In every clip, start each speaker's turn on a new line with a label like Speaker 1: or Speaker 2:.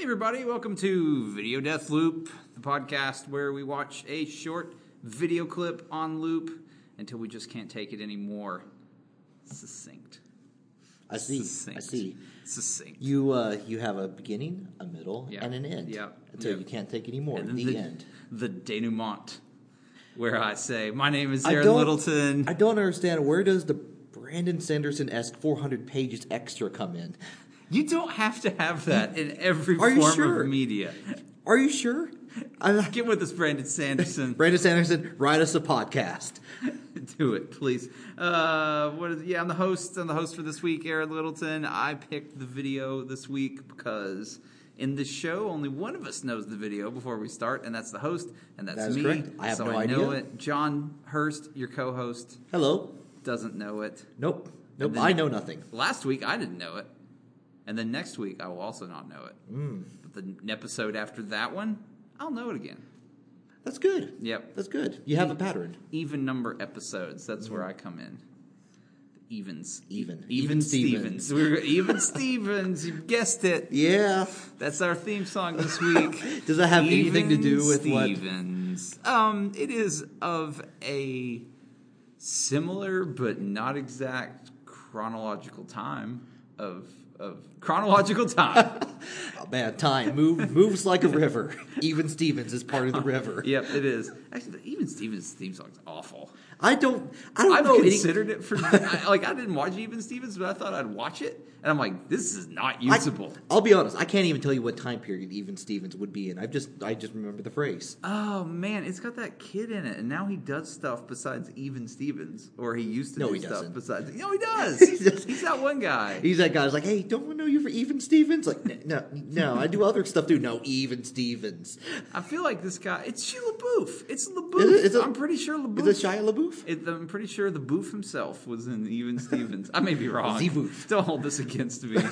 Speaker 1: everybody. Welcome to Video Death Loop, the podcast where we watch a short video clip on loop until we just can't take it anymore. Succinct.
Speaker 2: I see. I
Speaker 1: Succinct.
Speaker 2: see.
Speaker 1: Succinct.
Speaker 2: You uh, you have a beginning, a middle,
Speaker 1: Yeah.
Speaker 2: and an end.
Speaker 1: Yeah.
Speaker 2: Until
Speaker 1: Yeah.
Speaker 2: you can't take any more.
Speaker 1: And
Speaker 2: The,
Speaker 1: then the,
Speaker 2: end.
Speaker 1: The denouement, where I say, My name is
Speaker 2: I
Speaker 1: Aaron
Speaker 2: don't-
Speaker 1: Littleton.
Speaker 2: I don't understand where does the Brandon Sanderson esque 400 pages extra come in?
Speaker 1: you don't have to have that in every
Speaker 2: Are you
Speaker 1: form
Speaker 2: sure?
Speaker 1: of media.
Speaker 2: Are you sure? I,
Speaker 1: Get with us, Brandon Sanderson.
Speaker 2: Brandon Sanderson, write us a podcast.
Speaker 1: Do it, please. Uh, what is, yeah, I'm the host. I'm the host for this week, Aaron Littleton. I picked the video this week because in this show, only one of us knows the video before we start, and that's the host, and that's
Speaker 2: That is
Speaker 1: me.
Speaker 2: correct. I have
Speaker 1: so
Speaker 2: no
Speaker 1: I know
Speaker 2: idea.
Speaker 1: it. John Hurst, your co-host,
Speaker 2: Hello.
Speaker 1: doesn't know it.
Speaker 2: Nope. Nope.
Speaker 1: then-
Speaker 2: I know nothing.
Speaker 1: Last week, I didn't know it, and then next week, I will also not know it.
Speaker 2: Hmm.
Speaker 1: But the n- episode after that one, I'll know it again.
Speaker 2: That's good.
Speaker 1: Yep.
Speaker 2: That's good. You have a pattern.
Speaker 1: even number episodes. That's where
Speaker 2: Hmm.
Speaker 1: I come in. Evens,
Speaker 2: Even.
Speaker 1: even, Stevens.
Speaker 2: Stevens.
Speaker 1: We're even Stevens. You guessed it.
Speaker 2: Yeah.
Speaker 1: That's our theme song this week.
Speaker 2: Does that have anything to
Speaker 1: Even
Speaker 2: do with what-
Speaker 1: Stevens? Um, it is of a similar but not exact chronological time of of chronological time.
Speaker 2: Oh, man, time move, moves like a river. Even Stevens is part of the river.
Speaker 1: yep, it is. Actually, the even Stevens theme song's awful.
Speaker 2: I don't. I don't
Speaker 1: I've
Speaker 2: know. e- any-
Speaker 1: considered it for I, like I didn't watch Even Stevens, but I thought I'd watch it, and I'm like, this is not
Speaker 2: I-
Speaker 1: usable.
Speaker 2: I'll be honest. I can't even tell you what time period even Stevens would be in. I just I just remember the phrase.
Speaker 1: oh man, it's got that kid in it, and now he does stuff besides Even Stevens, or he used to
Speaker 2: No,
Speaker 1: do
Speaker 2: he
Speaker 1: stuff
Speaker 2: doesn't.
Speaker 1: besides. No, he does.
Speaker 2: He does.
Speaker 1: He's that one guy.
Speaker 2: He's that guy. who's like, hey, don't want to know you for even Stevens. Like, "N- no, no, I do other stuff too. No, even Stevens.
Speaker 1: I feel like this guy. It's Sheila LaBeouf. It's LaBeouf.
Speaker 2: Is it- is it-
Speaker 1: I'm pretty sure LaBeouf.
Speaker 2: Is it Shia LaBeouf?
Speaker 1: It, I'm pretty sure the Boof himself was in Even Stevens. I may be wrong.
Speaker 2: The Boof.
Speaker 1: Don't hold this against me.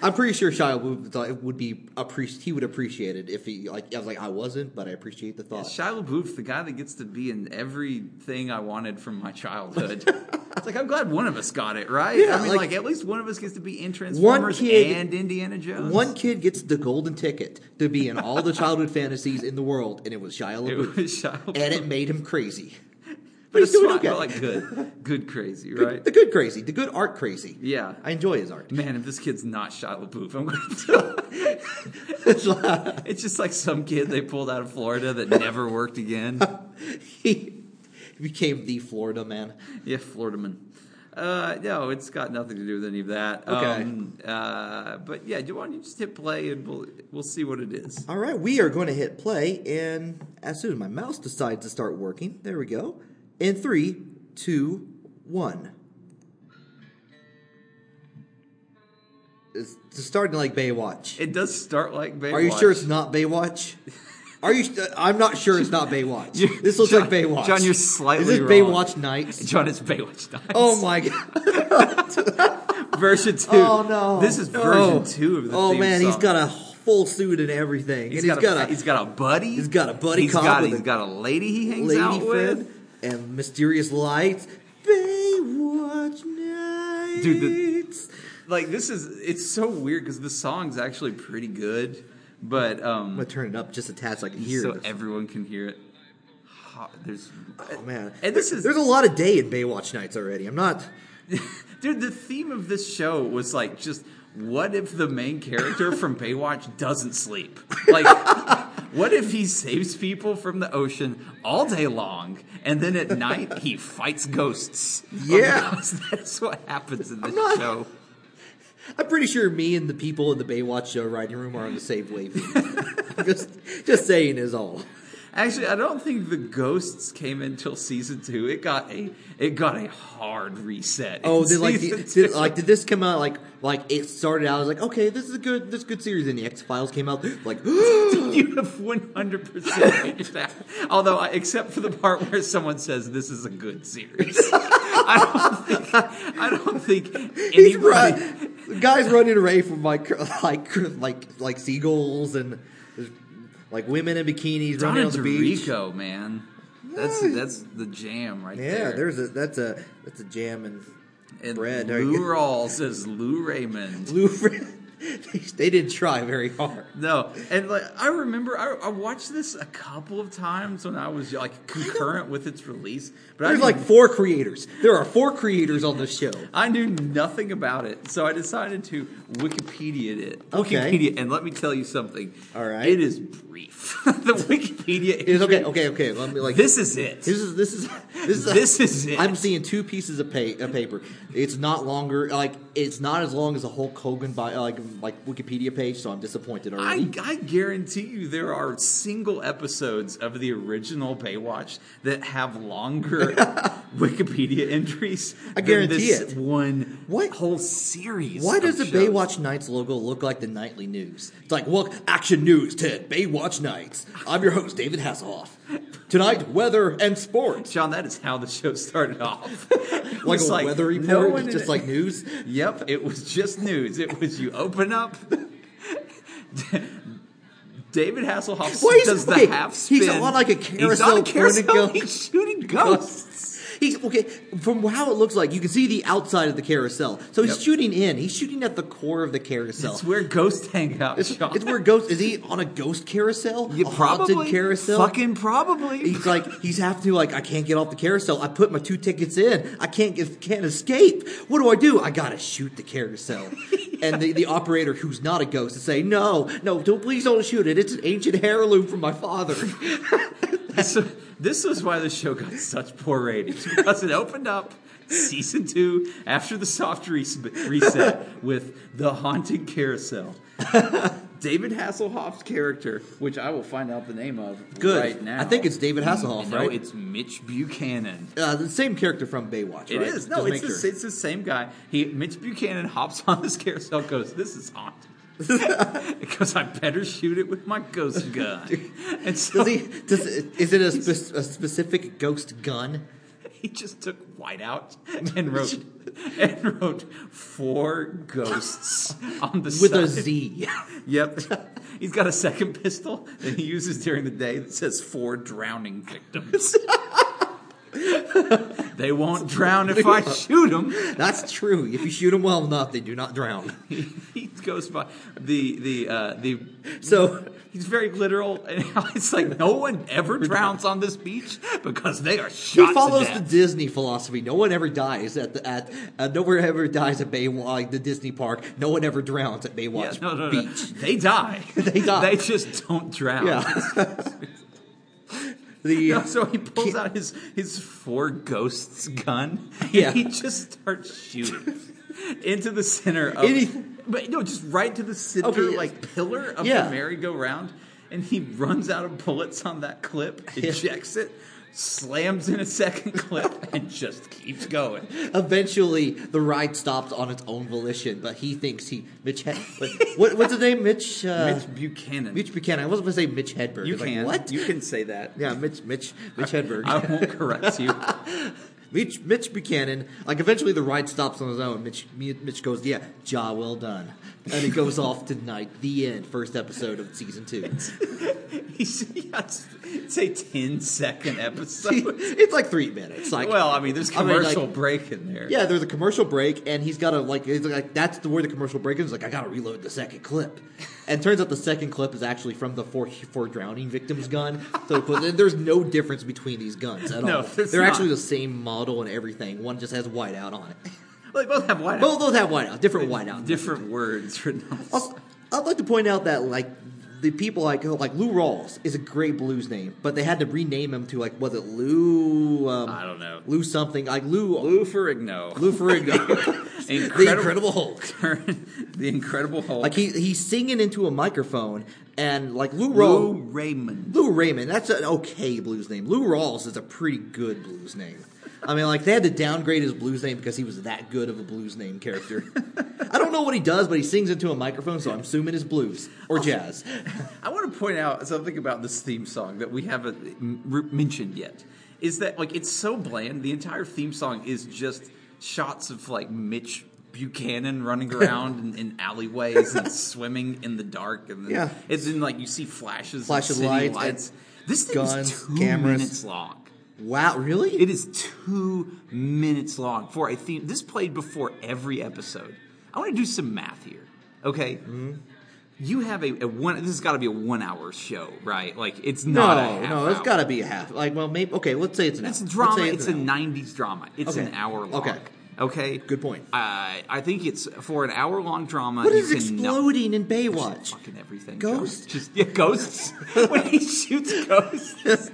Speaker 2: I'm pretty sure Shia LaBeouf thought- would be appreciate. He would appreciate it if he like. I was like, I wasn't, but I appreciate the thought.
Speaker 1: Shia LaBeouf, the guy that gets to be in everything I wanted from my childhood. it's like I'm glad one of us got it right.
Speaker 2: Yeah,
Speaker 1: I mean, like,
Speaker 2: like-
Speaker 1: at least one of us gets to be in Transformers
Speaker 2: kid-
Speaker 1: and Indiana Jones.
Speaker 2: One kid gets the golden ticket to be in all the childhood fantasies in the world, and it was Shia
Speaker 1: it
Speaker 2: LaBeouf,
Speaker 1: was Shia LaBeouf.
Speaker 2: and it made him crazy.
Speaker 1: but it's
Speaker 2: he's
Speaker 1: fine,
Speaker 2: doing okay.
Speaker 1: but, like good, good crazy,
Speaker 2: Good-
Speaker 1: right?
Speaker 2: The good crazy, the good art crazy.
Speaker 1: Yeah.
Speaker 2: I enjoy his art.
Speaker 1: Man, if this kid's not Shia LaBeouf, I'm going to.
Speaker 2: It's like-
Speaker 1: it's just like some kid they pulled out of Florida that never worked again.
Speaker 2: he became the Florida man.
Speaker 1: Yeah, Florida man. Uh, no, it's got nothing to do with any of that.
Speaker 2: Okay.
Speaker 1: Um, uh, but yeah, do you want you just hit play and we'll we'll see what it is.
Speaker 2: All right, we are going to hit play, and as soon as my mouse decides to start working, there we go. In three, two, one. It's it's starting like Baywatch.
Speaker 1: It does start like Baywatch.
Speaker 2: Are you sure it's not Baywatch? Are you? sh- I'm not sure it's not Baywatch. This looks
Speaker 1: John-
Speaker 2: like Baywatch.
Speaker 1: John, you're slightly
Speaker 2: Is this
Speaker 1: wrong.
Speaker 2: Baywatch Nights?
Speaker 1: John, it's Baywatch Nights.
Speaker 2: Oh my god.
Speaker 1: version two.
Speaker 2: Oh no!
Speaker 1: this is
Speaker 2: No.
Speaker 1: version two of the.
Speaker 2: Oh
Speaker 1: theme
Speaker 2: man, he's
Speaker 1: song.
Speaker 2: got a full suit and everything,
Speaker 1: He's
Speaker 2: and
Speaker 1: got,
Speaker 2: he's got,
Speaker 1: a, he's got a buddy.
Speaker 2: he's got a buddy
Speaker 1: He's
Speaker 2: cop
Speaker 1: got
Speaker 2: with
Speaker 1: he's
Speaker 2: a
Speaker 1: got a lady he
Speaker 2: a
Speaker 1: hangs
Speaker 2: lady
Speaker 1: out
Speaker 2: friend
Speaker 1: with.
Speaker 2: and mysterious lights. Baywatch nights.
Speaker 1: Dude, Like this is it's so weird because the song's actually pretty good, but um,
Speaker 2: I'm gonna turn it up just a tad so I can hear.
Speaker 1: so
Speaker 2: it.
Speaker 1: everyone can hear it. Ha- There's
Speaker 2: oh man,
Speaker 1: and this is-
Speaker 2: there's a lot of day in Baywatch nights already. I'm not.
Speaker 1: Dude, the theme of this show was like just what if the main character from Baywatch doesn't sleep? Like what if he saves people from the ocean all day long and then at night he fights ghosts?
Speaker 2: Yeah.
Speaker 1: Because that's what happens in this
Speaker 2: not-
Speaker 1: show.
Speaker 2: I'm pretty sure me and the people in the Baywatch show writing room are on the same wavelength. I'm just, just saying is all.
Speaker 1: Actually, I don't think the ghosts came until season 2. It got a it got a hard reset.
Speaker 2: Oh,
Speaker 1: in
Speaker 2: did like
Speaker 1: season
Speaker 2: did, did-
Speaker 1: two.
Speaker 2: like did this come out like like it started out as like okay this is a good this is a good series and the X Files came out like
Speaker 1: You have one hundred percent that. Although, I- except for the part where someone says this is a good series, I don't think I don't think
Speaker 2: he's
Speaker 1: anybody.
Speaker 2: run, guys running away from like like like like seagulls and like women in bikinis
Speaker 1: Don
Speaker 2: running on the beach.
Speaker 1: Rico, man, that's
Speaker 2: Yeah.
Speaker 1: that's the jam right
Speaker 2: Yeah,
Speaker 1: there.
Speaker 2: there's a that's a that's a jam and,
Speaker 1: and
Speaker 2: bread.
Speaker 1: Lou Rawls says Lou Raymond.
Speaker 2: Lou Ra- they didn't try very hard.
Speaker 1: No, and like I remember, I, I watched this a couple of times when I was like concurrent with its release, but I
Speaker 2: There's
Speaker 1: knew,
Speaker 2: like four creators. There are four creators on this show.
Speaker 1: I knew nothing about it, so I decided to Wikipedia it.
Speaker 2: Okay.
Speaker 1: Wikipedia, and let me tell you something.
Speaker 2: All right.
Speaker 1: it is brief. the Wikipedia
Speaker 2: It's
Speaker 1: is
Speaker 2: okay, okay, okay. Let me like
Speaker 1: This is it.
Speaker 2: This is this is this is
Speaker 1: This is it.
Speaker 2: I'm seeing two pieces of, pa- of paper. It's not longer like it's not as long as a Hulk Hogan by like like Wikipedia page, so I'm disappointed
Speaker 1: I,
Speaker 2: already.
Speaker 1: I guarantee you there are single episodes of the original Baywatch that have longer Wikipedia entries.
Speaker 2: I guarantee
Speaker 1: than this
Speaker 2: it.
Speaker 1: One
Speaker 2: What-
Speaker 1: whole series.
Speaker 2: Why
Speaker 1: of
Speaker 2: does the
Speaker 1: shows.
Speaker 2: Baywatch Nights logo look like the nightly news? It's like, well, action news Ted Baywatch Nights. I'm your host, David Hasselhoff. Tonight, weather and sports.
Speaker 1: John, that is how the show started off. It
Speaker 2: Like
Speaker 1: was
Speaker 2: a weather report,
Speaker 1: no one
Speaker 2: it's
Speaker 1: in-
Speaker 2: just like news.
Speaker 1: Yep, it was just news. It was you open up. David Hasselhoff
Speaker 2: Why is-
Speaker 1: does the
Speaker 2: okay,
Speaker 1: half spin.
Speaker 2: he's on like a
Speaker 1: He's on
Speaker 2: carousel
Speaker 1: a carousel.
Speaker 2: going-
Speaker 1: He's shooting ghosts.
Speaker 2: He's okay. From how it looks like, you can see the outside of the carousel. So he's
Speaker 1: Yep.
Speaker 2: shooting in. He's shooting at the core of the carousel.
Speaker 1: It's where ghosts hang out.
Speaker 2: It's,
Speaker 1: John.
Speaker 2: it's where ghost is he on a ghost carousel?
Speaker 1: You
Speaker 2: a
Speaker 1: probably
Speaker 2: haunted carousel?
Speaker 1: Fucking probably.
Speaker 2: he's like he's have to like I can't get off the carousel. I put my two tickets in. I can't get, can't escape. What do I do? I gotta shoot the carousel. And the, the operator who's not a ghost is saying, No, no, don't please don't shoot it. It's an ancient heirloom from my father.
Speaker 1: this, this was why the show got such poor ratings because it opened up season two after the soft re- reset with the haunted carousel. David Hasselhoff's character, which I will find out the name of
Speaker 2: Good.
Speaker 1: right now.
Speaker 2: I think it's David Hasselhoff,
Speaker 1: no,
Speaker 2: right?
Speaker 1: it's Mitch Buchanan.
Speaker 2: uh, the same character from Baywatch.
Speaker 1: It
Speaker 2: right?
Speaker 1: is no,
Speaker 2: Just
Speaker 1: it's
Speaker 2: make
Speaker 1: the,
Speaker 2: sure.
Speaker 1: it's the same guy. He Mitch Buchanan hops on this carousel, goes, "This is haunted," because I better shoot it with my ghost gun. And so
Speaker 2: Does he? Does is it a, spe- a specific ghost gun?
Speaker 1: He just took white out and wrote and wrote four ghosts on the
Speaker 2: With a
Speaker 1: side.
Speaker 2: Z.
Speaker 1: Yep. He's got a second pistol that he uses during the day that says four drowning victims. they won't drown if I shoot them.
Speaker 2: That's true. If you shoot them well enough, they do not drown.
Speaker 1: He, he goes by the the uh, the.
Speaker 2: So
Speaker 1: He's very literal, and it's like no one ever drowns on this beach because they are shot.
Speaker 2: he
Speaker 1: to
Speaker 2: follows the
Speaker 1: death.
Speaker 2: Disney philosophy. No one ever dies at the at uh, no one ever dies at Baywatch, like the Disney park. No one ever drowns at Baywatch
Speaker 1: Yeah, no, no, no.
Speaker 2: Beach.
Speaker 1: They die.
Speaker 2: They die.
Speaker 1: They just don't drown.
Speaker 2: Yeah. the uh,
Speaker 1: No, so he pulls out his his four ghosts gun.
Speaker 2: Yeah.
Speaker 1: And he just starts shooting into the center of
Speaker 2: Anything.
Speaker 1: but no, just right to the center
Speaker 2: Okay, yeah.
Speaker 1: like pillar of
Speaker 2: Yeah.
Speaker 1: the merry-go-round, and he runs out of bullets on that clip,
Speaker 2: Yeah.
Speaker 1: ejects it, slams in a second clip, and just keeps going.
Speaker 2: eventually the ride stops on its own volition, but he thinks he Mitch. He- what, what's his name? Mitch. Uh,
Speaker 1: Mitch Buchanan.
Speaker 2: Mitch Buchanan. I wasn't going to say Mitch Hedberg.
Speaker 1: you
Speaker 2: It's like,
Speaker 1: can
Speaker 2: what?
Speaker 1: you can say that.
Speaker 2: yeah, Mitch. Mitch. Mitch Hedberg.
Speaker 1: I won't correct you.
Speaker 2: Mitch, Mitch Buchanan, like eventually the ride stops on his own. Mitch, Mitch goes, yeah, jaw well done, and it goes off tonight. The end. First episode of season two.
Speaker 1: He's, yeah, it's, it's a 10 second episode.
Speaker 2: it's like three minutes. Like,
Speaker 1: well, I mean, there's
Speaker 2: I mean, like-
Speaker 1: commercial break in there.
Speaker 2: yeah, there's a commercial break, and he's got to like, he's like, that's the word the commercial break is. Like, I got to reload the second clip, and turns out the second clip is actually from the four four drowning victims gun. So but there's no difference between these guns at
Speaker 1: No,
Speaker 2: all.
Speaker 1: there's
Speaker 2: They're
Speaker 1: not.
Speaker 2: actually the same model and everything. One just has white out on it.
Speaker 1: Well, they both have whiteout.
Speaker 2: Both those have white out, different white out.
Speaker 1: different words written on
Speaker 2: Also, I'd like to point out that like the people like like Lou Rawls is a great blues name, but they had to rename him to like was it Lou? Um,
Speaker 1: I don't know.
Speaker 2: Lou something like Lou Lou,
Speaker 1: Lou Ferrigno.
Speaker 2: Ferrigno, the
Speaker 1: incredible,
Speaker 2: Incredible Hulk.
Speaker 1: the Incredible Hulk.
Speaker 2: Like he he's singing into a microphone, and like Lou
Speaker 1: Lou
Speaker 2: Rawls,
Speaker 1: Raymond.
Speaker 2: Lou Raymond. That's an okay blues name. Lou Rawls is a pretty good blues name. I mean, like they had to downgrade his blues name because he was that good of a blues name character. I don't know what he does, but he sings into a microphone, so I'm assuming it's blues
Speaker 1: Oh.
Speaker 2: or jazz.
Speaker 1: I want to point out something about this theme song that we haven't m- re- mentioned yet. Is that like it's so bland? The entire theme song is just shots of like Mitch Buchanan running around in, in alleyways and swimming in the dark, and then
Speaker 2: Yeah.
Speaker 1: it's in like you see flashes, of
Speaker 2: Flash of
Speaker 1: city
Speaker 2: lights and
Speaker 1: This thing
Speaker 2: guns,
Speaker 1: is two
Speaker 2: cameras.
Speaker 1: minutes long.
Speaker 2: Wow, really?
Speaker 1: It is two minutes long for a theme. This played before every episode. I want to do some math here. Okay.
Speaker 2: Mm-hmm.
Speaker 1: You have a, a one. This has got to be a one-hour show, right? Like it's not.
Speaker 2: no,
Speaker 1: a half
Speaker 2: no, it's
Speaker 1: hour.
Speaker 2: got to be a half. Like, well, maybe okay. Let's say it's an.
Speaker 1: It's
Speaker 2: hour. Let's
Speaker 1: drama.
Speaker 2: say
Speaker 1: It's,
Speaker 2: an hour.
Speaker 1: a '90s drama. It's
Speaker 2: Okay.
Speaker 1: an hour long.
Speaker 2: Okay.
Speaker 1: Okay.
Speaker 2: Good point.
Speaker 1: Uh, I think it's for an hour-long drama.
Speaker 2: What
Speaker 1: you
Speaker 2: is
Speaker 1: can know-
Speaker 2: exploding in Baywatch?
Speaker 1: Fucking everything.
Speaker 2: Ghosts?
Speaker 1: John. Just yeah, ghosts. when he shoots ghosts,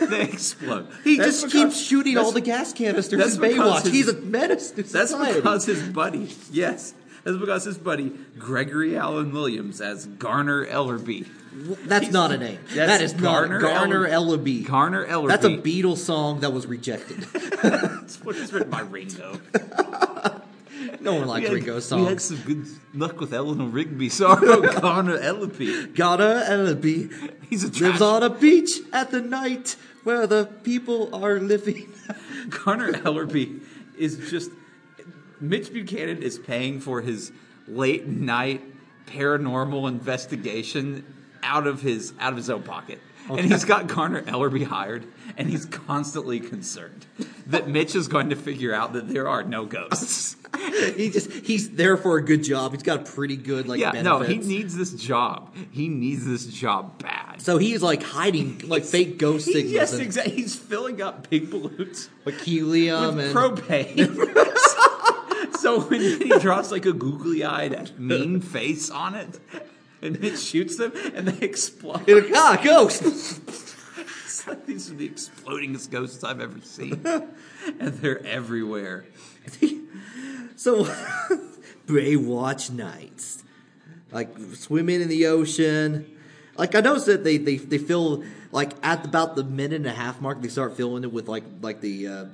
Speaker 1: they explode.
Speaker 2: He
Speaker 1: That's because-
Speaker 2: just keeps shooting all the gas canisters
Speaker 1: that's
Speaker 2: in
Speaker 1: because
Speaker 2: Baywatch.
Speaker 1: his-
Speaker 2: He's a menace to
Speaker 1: That's
Speaker 2: society.
Speaker 1: because his buddy. Yes. That's because his buddy Gregory Allen Williams as Garner Ellerby.
Speaker 2: That's not a name.
Speaker 1: That's
Speaker 2: That is
Speaker 1: Garner
Speaker 2: Garner not Garner
Speaker 1: Ell-
Speaker 2: Ellaby.
Speaker 1: Garner Ellerby.
Speaker 2: That's a Beatles song that was rejected.
Speaker 1: That's what is written by Ringo.
Speaker 2: No one likes Ringo's
Speaker 1: We had
Speaker 2: songs.
Speaker 1: some good luck with Eleanor Rigby. Sorrow Garner Ellerby.
Speaker 2: Garner Ellaby
Speaker 1: He's a trash.
Speaker 2: lives on a beach at the night where the people are living.
Speaker 1: Garner Ellerby is just Mitch Buchanan is paying for his late night paranormal investigation out of his out of his own pocket. And he's got Garner Ellerby hired, and he's constantly concerned that Mitch is going to figure out that there are no ghosts.
Speaker 2: he just he's there for a good job. He's got a pretty good like
Speaker 1: yeah,
Speaker 2: benefits.
Speaker 1: no, he needs this job. He needs this job bad.
Speaker 2: so he's like hiding like fake ghost
Speaker 1: He-
Speaker 2: signals
Speaker 1: yes,
Speaker 2: and
Speaker 1: exactly. He's filling up big balloons
Speaker 2: like helium
Speaker 1: with
Speaker 2: and
Speaker 1: propane. so when he drops like a googly-eyed mean face on it, and it shoots them, and they explode.
Speaker 2: You're like, ah ghost.
Speaker 1: It's like these are the explodingest ghosts I've ever seen, and they're everywhere.
Speaker 2: So Baywatch nights, like swimming in the ocean. Like I noticed that they they they fill like at about the minute and a half mark they start filling it with like like the. Uh,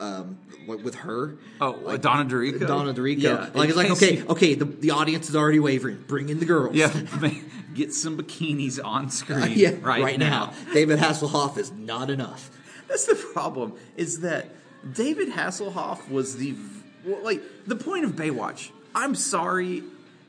Speaker 2: um, like with her,
Speaker 1: Oh, Donna DeRico.
Speaker 2: Donna DeRico.
Speaker 1: Yeah,
Speaker 2: Like it's like
Speaker 1: in
Speaker 2: okay,
Speaker 1: case you-
Speaker 2: okay. The, the audience is already wavering. Bring in the girls.
Speaker 1: yeah. Get some bikinis on screen
Speaker 2: yeah.
Speaker 1: right, now.
Speaker 2: David Hasselhoff is not enough.
Speaker 1: That's the problem. Is that David Hasselhoff was the well, like the point of Baywatch. I'm sorry,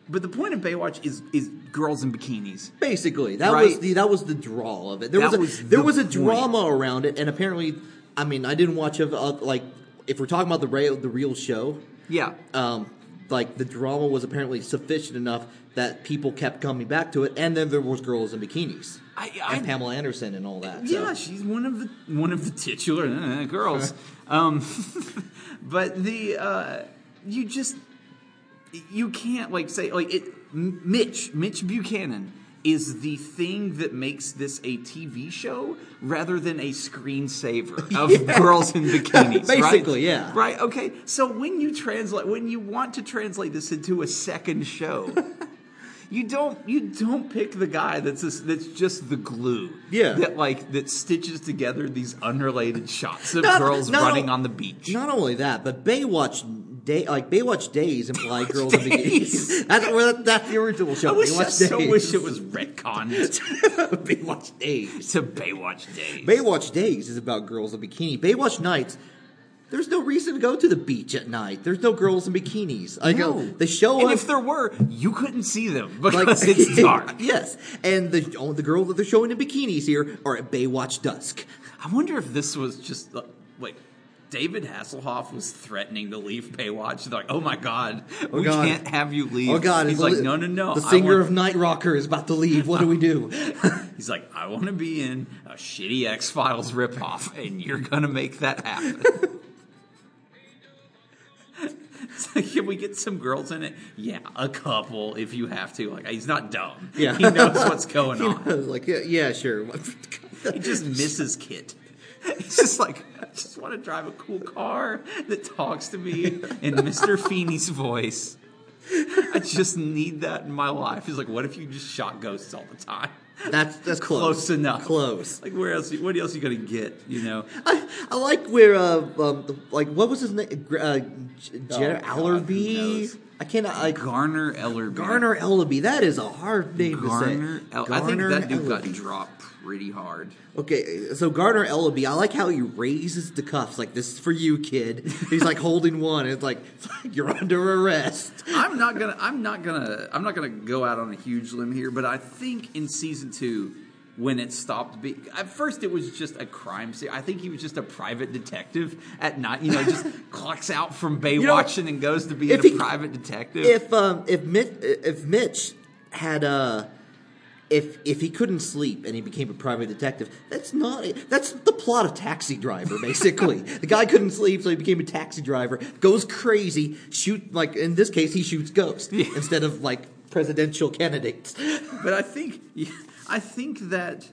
Speaker 1: but the point of Baywatch is is girls in bikinis.
Speaker 2: Basically, that
Speaker 1: Right.
Speaker 2: was the that was the draw of it. There
Speaker 1: That
Speaker 2: was, a,
Speaker 1: was
Speaker 2: there
Speaker 1: the
Speaker 2: was a
Speaker 1: point.
Speaker 2: drama around it, and apparently, I mean, I didn't watch of uh, like if we're talking about the real the real show,
Speaker 1: Yeah.
Speaker 2: um, like the drama was apparently sufficient enough that people kept coming back to it, and then there was girls in bikinis
Speaker 1: I-
Speaker 2: and
Speaker 1: I-
Speaker 2: Pamela Anderson and all that. so.
Speaker 1: Yeah, she's one of the one of the titular uh, girls. um, but the uh, you just you can't like say like it. M- Mitch Mitch Buchanan is the thing that makes this a TV show rather than a screensaver of girls in bikinis. right?
Speaker 2: Basically, yeah.
Speaker 1: Right. Okay. So when you translate, when you want to translate this into a second show. You don't you don't pick the guy that's just, that's just the glue.
Speaker 2: Yeah.
Speaker 1: That like that stitches together these unrelated shots of
Speaker 2: Not-
Speaker 1: girls
Speaker 2: not-
Speaker 1: running on the beach.
Speaker 2: Not only that, but Baywatch day like Baywatch days imply girls in
Speaker 1: Days.
Speaker 2: bikinis. That's where that's the original show.
Speaker 1: I wish I
Speaker 2: Baywatch
Speaker 1: so
Speaker 2: days.
Speaker 1: wish it was retconned
Speaker 2: Baywatch days.
Speaker 1: to Baywatch Days.
Speaker 2: Baywatch Days is about girls in bikini. Baywatch Nights, there's no reason to go to the beach at night. There's no girls in bikinis. I go.
Speaker 1: No.
Speaker 2: They show
Speaker 1: and
Speaker 2: up.
Speaker 1: if there were, you couldn't see them
Speaker 2: like-
Speaker 1: because it's dark.
Speaker 2: yes, and the oh, the girls that they're showing in bikinis here are at Baywatch dusk.
Speaker 1: I wonder if this was just uh, like David Hasselhoff was threatening to leave Baywatch. They're like, oh my god, we
Speaker 2: God.
Speaker 1: can't have you leave.
Speaker 2: Oh God!
Speaker 1: he's
Speaker 2: it's
Speaker 1: like,
Speaker 2: the-
Speaker 1: no, no, no.
Speaker 2: The
Speaker 1: I
Speaker 2: singer
Speaker 1: want-
Speaker 2: of Night Rocker is about to leave. What do we do?
Speaker 1: He's like, I want to be in a shitty X Files ripoff, and you're gonna make that happen. It's like, Can we get some girls in it? Yeah, a couple if you have to. Like he's not dumb.
Speaker 2: Yeah.
Speaker 1: he knows what's going
Speaker 2: You
Speaker 1: on.
Speaker 2: know, like yeah, yeah sure.
Speaker 1: He just misses Kit. He's just like, I just want to drive a cool car that talks to me in Mr. Feeney's voice. I just need that in my life. He's like, what if you just shot ghosts all the time?
Speaker 2: that's that's close.
Speaker 1: Close enough.
Speaker 2: Close.
Speaker 1: Like, where else? What else you gonna get? You know,
Speaker 2: I, I like where uh, um, the- like what was his name? Gr- Uh, J- Jer-
Speaker 1: Oh, God, who
Speaker 2: Allerby.
Speaker 1: knows?
Speaker 2: I cannot. I,
Speaker 1: Garner Ellerby.
Speaker 2: Garner Ellaby. That is a hard name
Speaker 1: Garner.
Speaker 2: to say.
Speaker 1: El- I think
Speaker 2: Garner
Speaker 1: that dude got
Speaker 2: Ellaby.
Speaker 1: dropped pretty hard.
Speaker 2: Okay, so Garner Ellaby. I like how he raises the cuffs. Like this is for you, kid. He's like holding one. And it's like you're under arrest.
Speaker 1: I'm not gonna. I'm not gonna. I'm not gonna go out on a huge limb here, but I think in season two, when it stopped being. At first, it was just a crime scene. I think he was just a private detective at night. You know, just clocks out from Baywatch and then goes to be a
Speaker 2: if he-
Speaker 1: private detective.
Speaker 2: If um if Mitch if Mitch had uh if if he couldn't sleep and he became a private detective, that's not that's the plot of Taxi Driver basically. the guy couldn't sleep, so he became a taxi driver. Goes crazy, shoot like in this case he shoots ghosts instead of like presidential candidates.
Speaker 1: but I think I think that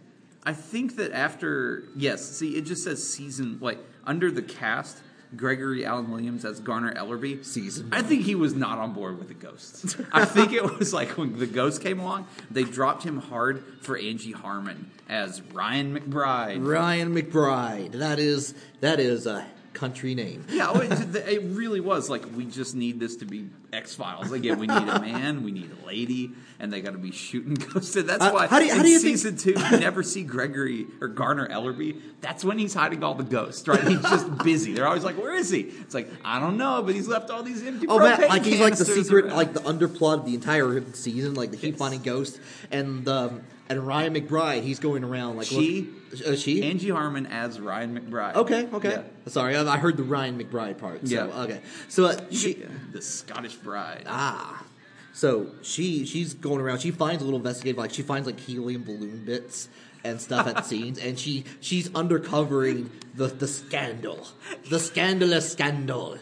Speaker 1: I think that after yes, see, it just says season like under the cast. Gregory Allen Williams as Garner Ellerby.
Speaker 2: Season
Speaker 1: I think he was not on board with the ghosts. I think it was like when the ghost came along, they dropped him hard for Angie Harmon as Ryan McBride.
Speaker 2: Ryan McBride. That is that is a country name.
Speaker 1: Yeah, well, it, it really was like we just need this to be X Files again. We need a man, we need a lady, and they got to be shooting ghosts. And that's
Speaker 2: Uh,
Speaker 1: why
Speaker 2: how do you- how
Speaker 1: in
Speaker 2: do you think-
Speaker 1: season two you never see Gregory or Garner Ellerby. That's when he's hiding all the ghosts, right? He's just busy. They're always like, "Where is he?" It's like I don't know, but he's left all these empty.
Speaker 2: Oh man,
Speaker 1: propane
Speaker 2: like he's like the
Speaker 1: canisters
Speaker 2: secret,
Speaker 1: around.
Speaker 2: like the underplot of the entire season, like the heat finding ghosts and um, and Ryan McBride. He's going around like
Speaker 1: She-
Speaker 2: look- uh, she.
Speaker 1: Angie Harmon as Ryan McBride.
Speaker 2: okay, okay.
Speaker 1: Yeah.
Speaker 2: Sorry, I, I heard the Ryan McBride part. So,
Speaker 1: Yeah.
Speaker 2: Okay. So uh, she.
Speaker 1: the Scottish Bride.
Speaker 2: Ah. So she she's going around. She finds a little investigative, like she finds like helium balloon bits and stuff at scenes, and she she's undercovering the the scandal, the scandalous scandal.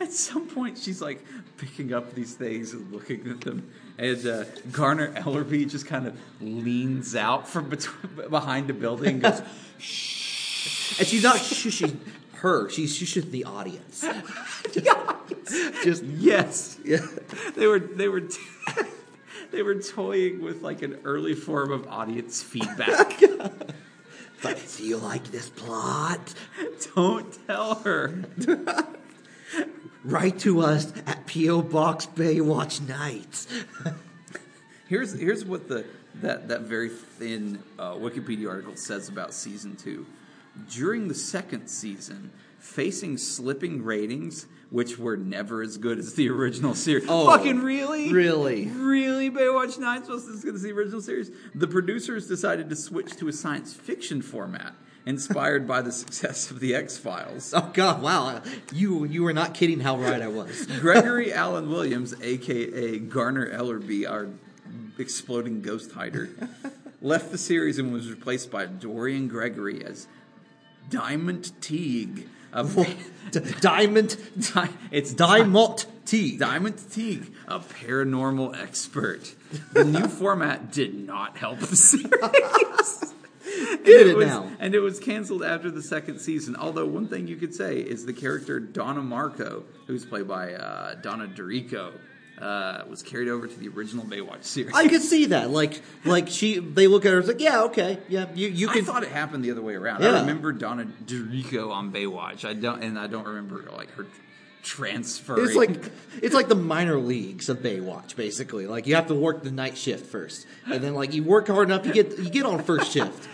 Speaker 1: At some point, she's like picking up these things and looking at them, and uh, Garner Ellerby just kind of leans out from between, behind the building and goes,
Speaker 2: And she's not shushing her, she's shushing the audience. Just
Speaker 1: "Yes."
Speaker 2: yeah.
Speaker 1: They were they were they were toying with like an early form of audience feedback.
Speaker 2: But do you like this plot?
Speaker 1: Don't tell her.
Speaker 2: Write to us at P.O. Box Baywatch Nights.
Speaker 1: Here's here's what the that that very thin uh, Wikipedia article says about season two. During the second season, facing slipping ratings, which were never as good as the original series.
Speaker 2: Oh,
Speaker 1: Fucking really,
Speaker 2: really?
Speaker 1: really, Baywatch Nine was as good as the original series. The producers decided to switch to a science fiction format, inspired by the success of the X Files.
Speaker 2: Oh god, wow. You you were not kidding how right I was.
Speaker 1: Gregory Allen Williams, aka Garner Ellerby, our exploding ghost hider, left the series and was replaced by Dorian Gregory as Diamond Teague. A
Speaker 2: D- Diamond
Speaker 1: Di- it's
Speaker 2: Diamond T.
Speaker 1: Diamond Teague, a paranormal expert. The new format did not help the series.
Speaker 2: Did it
Speaker 1: was,
Speaker 2: now.
Speaker 1: And it was canceled after the second season. Although one thing you could say is the character Donna Marco, who's played by uh, Donna Dorico, uh, was carried over to the original Baywatch series.
Speaker 2: I could see that. Like like she they look at her it's like, yeah, okay, yeah, you you
Speaker 1: I
Speaker 2: can
Speaker 1: thought it happened the other way around. I
Speaker 2: Yeah.
Speaker 1: remember Donna Dorico on Baywatch. I don't, and I don't remember like her transferring.
Speaker 2: It's like it's like the minor leagues of Baywatch, basically. Like you have to work the night shift first, and then like you work hard enough, you get you get on first shift,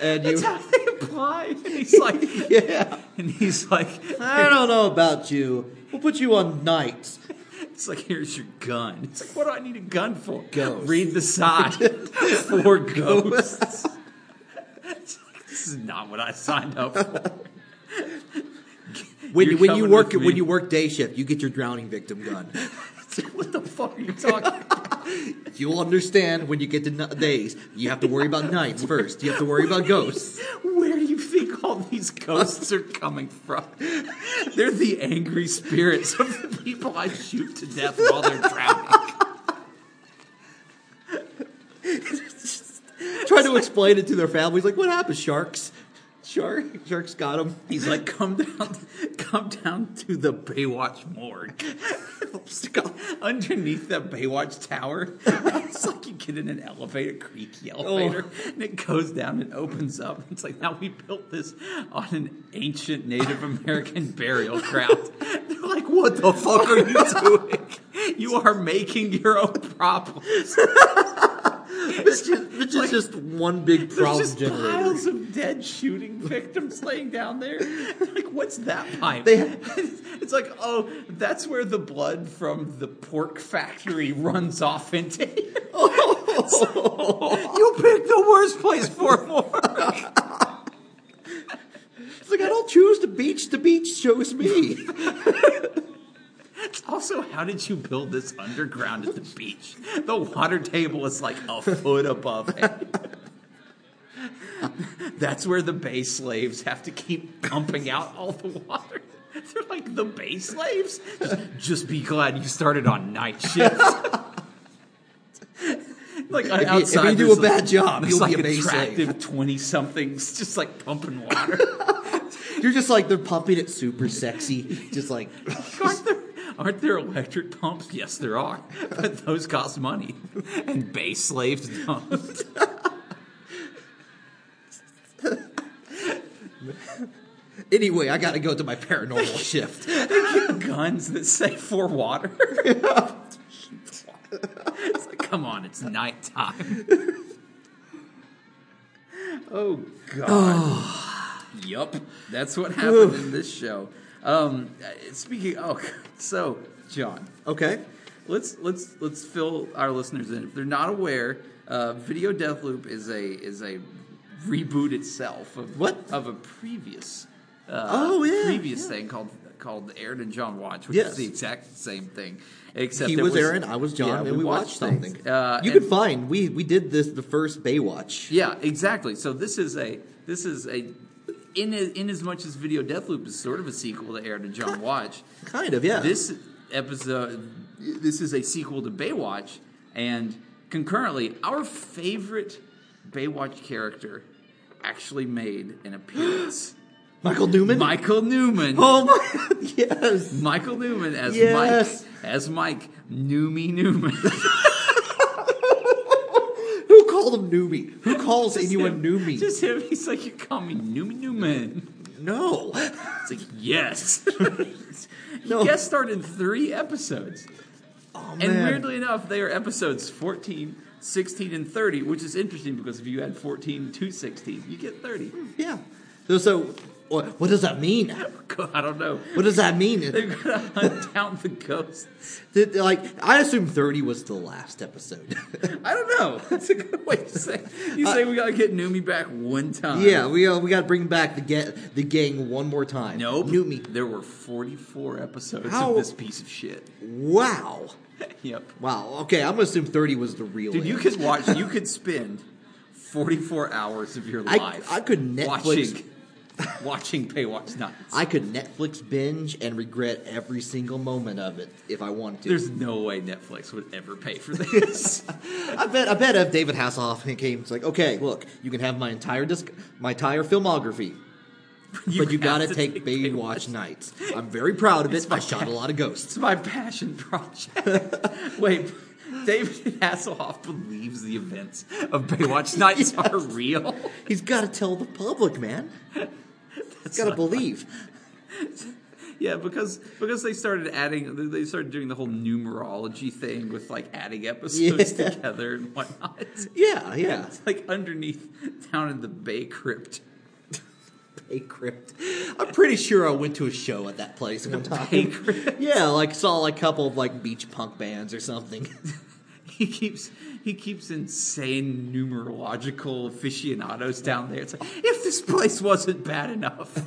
Speaker 2: and you.
Speaker 1: That's how they apply. And he's like,
Speaker 2: Yeah,
Speaker 1: and he's like,
Speaker 2: I don't know about you. We'll put you on nights.
Speaker 1: it's like here's your gun. It's like, what do I need a gun for?
Speaker 2: Ghost.
Speaker 1: Read the sign for ghosts. It's like, this is not what I signed up for.
Speaker 2: When
Speaker 1: You're
Speaker 2: you when you
Speaker 1: coming
Speaker 2: work
Speaker 1: with me.
Speaker 2: when you work day shift, you get your drowning victim gun.
Speaker 1: what the fuck are you talking?
Speaker 2: You'll understand when you get to n- days. You have to worry about nights first. You have to worry about ghosts.
Speaker 1: Where do you think all these ghosts are coming from? They're the angry spirits of the people I shoot to death while they're drowning.
Speaker 2: Try to explain it to their families. Like, what happened? Sharks, shark, sharks got them.
Speaker 1: He's like, come down, come down to the Baywatch morgue. Underneath the Baywatch tower, it's like you get in an elevator, creaky elevator, and it goes down and opens up. It's like now we built this on an ancient Native American burial ground. They're like, what the fuck are you doing? You are making your own problems.
Speaker 2: It's just, it's just, just one big
Speaker 1: There's
Speaker 2: problem
Speaker 1: just
Speaker 2: generator.
Speaker 1: piles of dead shooting victims laying down there. Like, what's that pipe?
Speaker 2: They-
Speaker 1: it's like, oh,
Speaker 2: Oh.
Speaker 1: that's where the blood from the pork factory runs off into. minutes. you picked the worst place for work.
Speaker 2: It's like I don't choose the beach. The beach chose me.
Speaker 1: Also, how did you build this underground at the beach? The water table is like a foot above it. That's where the bay slaves have to keep pumping out all the water. They're like the bay slaves. Just, just be glad you started on night shift. like
Speaker 2: you- if
Speaker 1: outside,
Speaker 2: you do
Speaker 1: there's
Speaker 2: a bad job,
Speaker 1: there's
Speaker 2: you'll
Speaker 1: like
Speaker 2: be a bay slave.
Speaker 1: attractive twenty somethings just like pumping water.
Speaker 2: You're just like they're pumping it super sexy. Just like
Speaker 1: aren't there aren't there electric pumps? Yes, there are, but those cost money, and bay slaves don't.
Speaker 2: anyway, I gotta go to my paranormal shift.
Speaker 1: Guns that say for water. It's like, come on, it's nighttime. Oh God. yup, that's what happened in this show. Um, uh, speaking. Oh, so John.
Speaker 2: Okay.
Speaker 1: let's let's let's fill our listeners in if they're not aware uh, video death loop is a is a reboot itself of
Speaker 2: What?
Speaker 1: of a previous uh,
Speaker 2: Oh, yeah,
Speaker 1: previous thing called called Aaron and John watch which is
Speaker 2: Yes.
Speaker 1: the exact same thing except
Speaker 2: he
Speaker 1: it
Speaker 2: was, Aaron, I was John,
Speaker 1: yeah,
Speaker 2: and we, watched,
Speaker 1: things.
Speaker 2: something.
Speaker 1: uh,
Speaker 2: you
Speaker 1: and-
Speaker 2: can find we we did this the first Baywatch.
Speaker 1: yeah, exactly. So this is a this is a in a, in as much as Video Deathloop is sort of a sequel to Aaron and John Watch.
Speaker 2: Kind of, yeah.
Speaker 1: This episode this is a sequel to Baywatch and concurrently our favorite Baywatch character actually made an appearance.
Speaker 2: Michael Newman.
Speaker 1: Michael Newman.
Speaker 2: oh my yes.
Speaker 1: Michael Newman as
Speaker 2: Yes.
Speaker 1: Mike as Mike Newmy Newman.
Speaker 2: Who called him newbie? Who calls anyone newbie?
Speaker 1: Just him. He's like you call me Newmy Newman.
Speaker 2: no.
Speaker 1: It's like, yes.
Speaker 2: No.
Speaker 1: He guest starred in three episodes.
Speaker 2: Oh man.
Speaker 1: And weirdly enough, they are episodes 14, 16, and 30, which is interesting because if you add 14 to 16, you get 30.
Speaker 2: yeah. So, so what, what does that mean?
Speaker 1: God, I don't know.
Speaker 2: What does that mean?
Speaker 1: They've got to hunt down the ghosts.
Speaker 2: Did, like I assume thirty was the last episode.
Speaker 1: I don't know. That's a good way to say You say we got to get Numi back one time.
Speaker 2: Uh, yeah, we uh, we got to bring back the ga- the gang one more time.
Speaker 1: Nope.
Speaker 2: Newbie.
Speaker 1: There were 44 episodes
Speaker 2: How-
Speaker 1: of this piece of shit.
Speaker 2: Wow.
Speaker 1: Yep.
Speaker 2: Wow. Okay, I'm gonna assume thirty was the real.
Speaker 1: Dude, you
Speaker 2: end.
Speaker 1: could watch, you could spend 44 hours of your
Speaker 2: I-
Speaker 1: life
Speaker 2: I could Netflix-
Speaker 1: watching, watching Baywatch Nights.
Speaker 2: I could Netflix binge and regret every single moment of it if I wanted to.
Speaker 1: There's no way Netflix would ever pay for this.
Speaker 2: I bet. I bet if David Hasselhoff came, it's like, okay, look, you can have my entire disc, my entire filmography, but you
Speaker 1: have
Speaker 2: gotta
Speaker 1: to
Speaker 2: take Baywatch Nights. I'm very proud of it. I shot a lot of ghosts.
Speaker 1: It's my passion project. Wait, David Hasselhoff believes the events of Baywatch Nights are real.
Speaker 2: He's got to tell the public, man. He's got to believe.
Speaker 1: Yeah, because because they started adding, they started doing the whole numerology thing with like adding episodes
Speaker 2: Yeah.
Speaker 1: together and whatnot.
Speaker 2: Yeah, yeah.
Speaker 1: It's like underneath, down in the Bay Crypt.
Speaker 2: Bay Crypt. I'm pretty sure I went to a show at that place one time.
Speaker 1: Bay Crypt.
Speaker 2: Yeah, like saw like a couple of like beach punk bands or something.
Speaker 1: he keeps he keeps insane numerological aficionados down there. It's like if this place wasn't bad enough,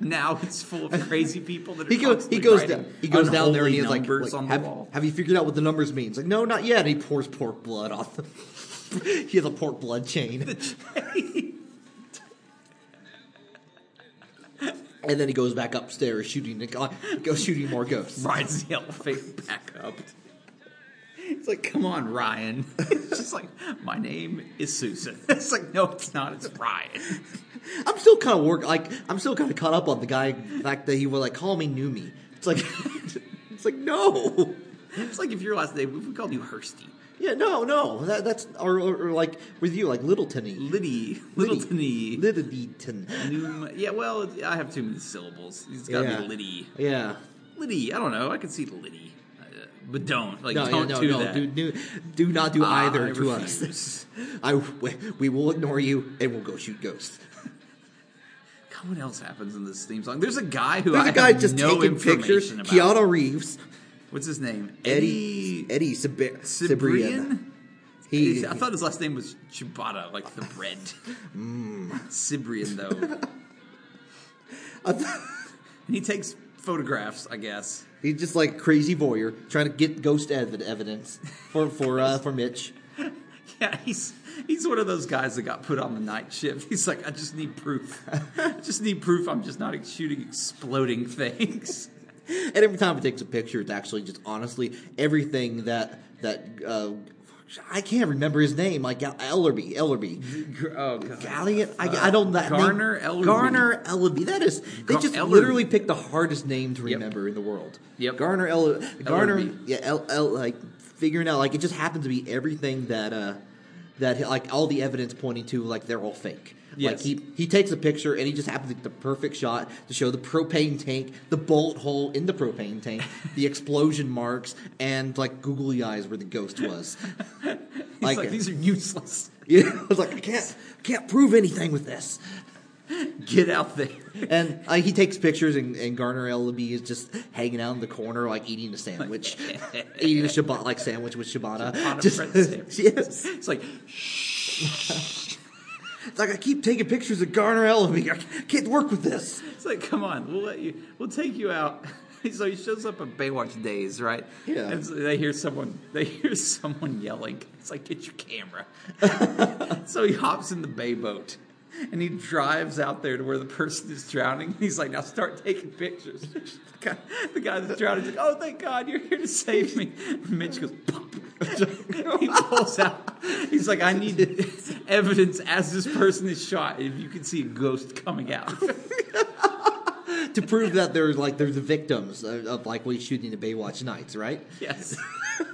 Speaker 1: now it's full of crazy people that are
Speaker 2: He goes. He
Speaker 1: constantly
Speaker 2: goes
Speaker 1: writing
Speaker 2: down. He goes down there and
Speaker 1: unholy
Speaker 2: he's like,
Speaker 1: numbers
Speaker 2: like,
Speaker 1: on the
Speaker 2: have,
Speaker 1: wall."
Speaker 2: have you figured out what the numbers mean?" It's like, "No, not yet." And he pours pork blood on them. he has a pork blood chain, and then he goes back upstairs shooting. the guy- Goes shooting more ghosts.
Speaker 1: rides the elevator back up. It's like, come on, Ryan. It's just like, my name is Susan. It's like, no, it's not. It's Ryan.
Speaker 2: I'm still kind of work. Like I'm still kind of caught up on the guy fact that he was like, "Call me Numi." It's like, it's like no.
Speaker 1: It's like if your last name, if we called you Hursty,
Speaker 2: Yeah, no, no. That, that's or, or, or like with you, like Littletony,
Speaker 1: Liddy, Littletony,
Speaker 2: Littleton.
Speaker 1: Noom. Yeah, well, I have too many syllables. It's got to
Speaker 2: Yeah.
Speaker 1: be Liddy.
Speaker 2: Yeah.
Speaker 1: Liddy. I don't know. I can see Liddy, uh, but don't like
Speaker 2: No, yeah,
Speaker 1: don't
Speaker 2: no,
Speaker 1: do
Speaker 2: no,
Speaker 1: that. Ah,
Speaker 2: Do, do, do not do
Speaker 1: I
Speaker 2: either to us.
Speaker 1: refuse.
Speaker 2: I we, we will ignore you and we'll go shoot ghosts.
Speaker 1: God, what else happens in this theme song? There's a guy who
Speaker 2: There's
Speaker 1: I
Speaker 2: a guy
Speaker 1: have
Speaker 2: just
Speaker 1: no
Speaker 2: taking
Speaker 1: information
Speaker 2: pictures.
Speaker 1: about.
Speaker 2: Keanu Reeves,
Speaker 1: What's his name?
Speaker 2: Eddie,
Speaker 1: Eddie
Speaker 2: Eddie Sib- Cibrian.
Speaker 1: Cibrian.
Speaker 2: He-
Speaker 1: I thought his last name was Ciabatta, like the bread.
Speaker 2: Mm.
Speaker 1: Cyprian, though. and he takes photographs, I guess.
Speaker 2: He's just like a crazy voyeur trying to get ghost ev- evidence for for uh, for Mitch.
Speaker 1: Yeah, he's he's one of those guys that got put on the night shift. He's like, I just need proof. I just need proof. I'm just not shooting exploding things.
Speaker 2: And every time he takes a picture, it's actually just honestly everything that that uh, I can't remember his name. Like Gal- Ellerby, Ellerby,
Speaker 1: Oh god.
Speaker 2: Galliot. I, I don't that name-
Speaker 1: Uh, Garner Ellerby.
Speaker 2: Garner Ellerby. That is they
Speaker 1: Gar-
Speaker 2: just
Speaker 1: Ellerby.
Speaker 2: literally picked the hardest name to remember in the world.
Speaker 1: Yep.
Speaker 2: Garner Eller Garner.
Speaker 1: Ellerby.
Speaker 2: Yeah, El, El, like figuring out like it just happens to be everything that uh that like all the evidence pointing to like they're all fake. Like
Speaker 1: Yes.
Speaker 2: he he takes a picture and he just happens to get the perfect shot to show the propane tank, the bullet hole in the propane tank, the explosion marks, and like googly eyes where the ghost was.
Speaker 1: He's like, these are useless.
Speaker 2: yeah, I was like, I can't I can't prove anything with this.
Speaker 1: Get out there.
Speaker 2: And uh, he takes pictures, and, and Garner Ellaby is just hanging out in the corner, like eating a sandwich, eating a Shabbat like sandwich with Shabana.
Speaker 1: Shabana
Speaker 2: Just-
Speaker 1: bread sandwich.
Speaker 2: yes.
Speaker 1: It's like
Speaker 2: It's like I keep taking pictures of Garner Ellaby. I can't work with this.
Speaker 1: It's like, come on, we'll let you, we'll take you out. So he shows up at Baywatch Days, right?
Speaker 2: Yeah.
Speaker 1: And so they hear someone, they hear someone yelling. It's like, get your camera. so he hops in the bay boat, and he drives out there to where the person is drowning. He's like, now start taking pictures. The guy, the guy that's drowning is like, oh, thank God, you're here to save me. And Mitch goes, pop. he pulls out. He's like, I need evidence as this person is shot. If you can see a ghost coming out.
Speaker 2: To prove that they're like they're the victims of, of like what he's shooting the Baywatch nights, right?
Speaker 1: Yes.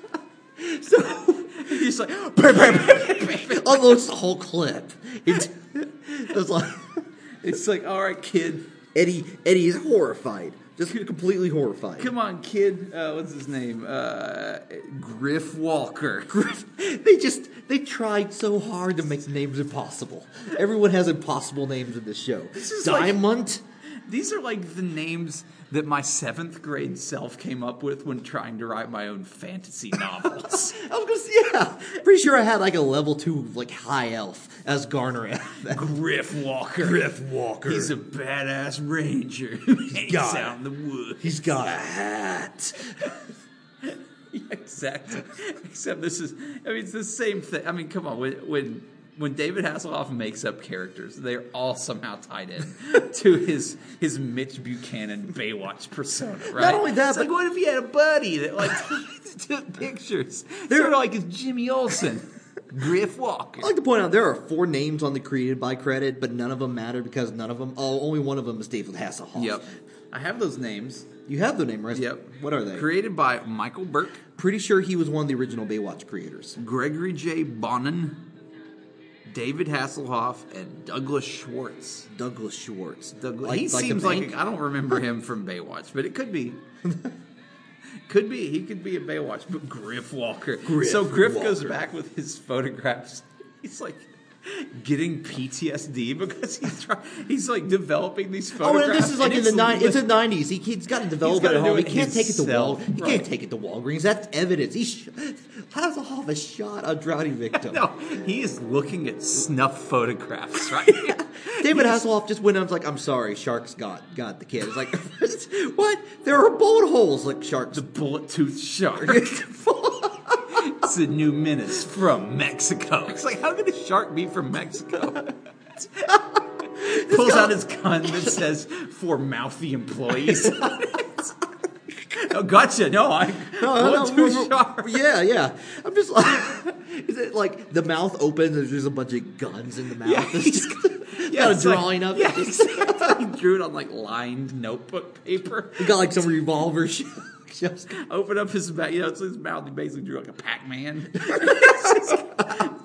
Speaker 1: so he's like,
Speaker 2: Almost the whole clip. It's, it's like
Speaker 1: it's like, all right, kid,
Speaker 2: Eddie. Eddie is horrified, just completely horrified.
Speaker 1: come on, kid. Uh, what's his name? Uh, Griff Walker.
Speaker 2: they just they tried so hard to make names impossible. Everyone has impossible names in this show.
Speaker 1: is like-
Speaker 2: Diamond.
Speaker 1: These are like the names that my seventh grade self came up with when trying to write my own fantasy novels.
Speaker 2: I was gonna say, yeah. Pretty sure I had like a level two like high elf as Garner.
Speaker 1: Griff Walker.
Speaker 2: Griff Walker.
Speaker 1: He's a badass ranger who hangs
Speaker 2: got it.
Speaker 1: out in the woods.
Speaker 2: He's got a hat.
Speaker 1: Yeah, exactly. Except this is, I mean, it's the same thing. I mean, come on, when when when David Hasselhoff makes up characters, they're all somehow tied in to his his Mitch Buchanan Baywatch persona, right?
Speaker 2: only that,
Speaker 1: it's
Speaker 2: but-
Speaker 1: like what if he had a buddy that like took pictures? They're sort of like his Jimmy Olsen, Griff Walker.
Speaker 2: I like to point out there are four names on the created by credit, but none of them matter because none of them. Oh, only one of them is David Hasselhoff.
Speaker 1: Yep, I have those names.
Speaker 2: You have the name right.
Speaker 1: Yep.
Speaker 2: What are they?
Speaker 1: Created by Michael Burke,
Speaker 2: Pretty sure he was one of the original Baywatch creators.
Speaker 1: Gregory J. Bonin, David Hasselhoff, and Douglas Schwartz.
Speaker 2: Douglas Schwartz.
Speaker 1: Douglas.
Speaker 2: Like-
Speaker 1: he
Speaker 2: like the
Speaker 1: seems like
Speaker 2: bank?
Speaker 1: I don't remember him from Baywatch, but it could be. could be he could be a Baywatch, but Griff Walker.
Speaker 2: Griff
Speaker 1: so Griff goes
Speaker 2: Walker.
Speaker 1: back with his photographs. He's like getting PTSD because he's try- he's like developing these
Speaker 2: Oh,
Speaker 1: photographs.
Speaker 2: and this is like in
Speaker 1: it's
Speaker 2: the nine. It's
Speaker 1: lit-
Speaker 2: the nineties. He, he's got to develop
Speaker 1: gotta
Speaker 2: it at
Speaker 1: do
Speaker 2: home. He
Speaker 1: it
Speaker 2: can't take it to Wal.
Speaker 1: himself,
Speaker 2: He
Speaker 1: right.
Speaker 2: can't take it to Walgreens. That's evidence. He sh- Hasselhoff has shot a drowning victim.
Speaker 1: no, he is looking at snuff photographs, right?
Speaker 2: David Hasselhoff just went up and was like, "I'm sorry, sharks got got the kid." It's like, what? There are bullet holes like sharks.
Speaker 1: Bullet tooth shark. it's a new menace from Mexico. It's like, how could a shark be from Mexico? Pulls out his gun that says, for mouthy employees. oh, gotcha. No, I.
Speaker 2: No, no,
Speaker 1: Bullet
Speaker 2: no,
Speaker 1: tooth
Speaker 2: no,
Speaker 1: shark.
Speaker 2: Yeah, yeah. I'm just like, is it like the mouth opens? There's just a bunch of guns in the mouth.
Speaker 1: Yeah,
Speaker 2: It's
Speaker 1: he's
Speaker 2: just-
Speaker 1: got, yeah,
Speaker 2: got a
Speaker 1: it's like-
Speaker 2: drawing of
Speaker 1: yeah,
Speaker 2: it. Just,
Speaker 1: exactly. He drew it on like lined notebook paper.
Speaker 2: he got like some revolver sh- shells.
Speaker 1: Open up his mouth, you know, it's his mouth. He basically drew like a Pac Man.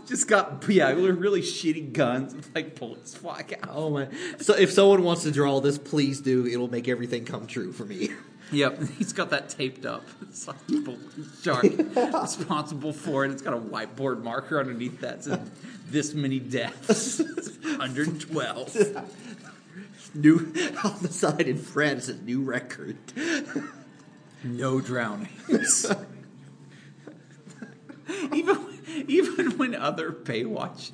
Speaker 1: just got, yeah, really shitty guns with like bullets flying out.
Speaker 2: Oh my! So if someone wants to draw this, please do. It'll make everything come true for me.
Speaker 1: Yep, he's got that taped up. It's like bullet shark responsible for it. It's got a whiteboard marker underneath that says this many deaths, 112.
Speaker 2: New on the side in red it says new record.
Speaker 1: No drownings. even even when other Baywatch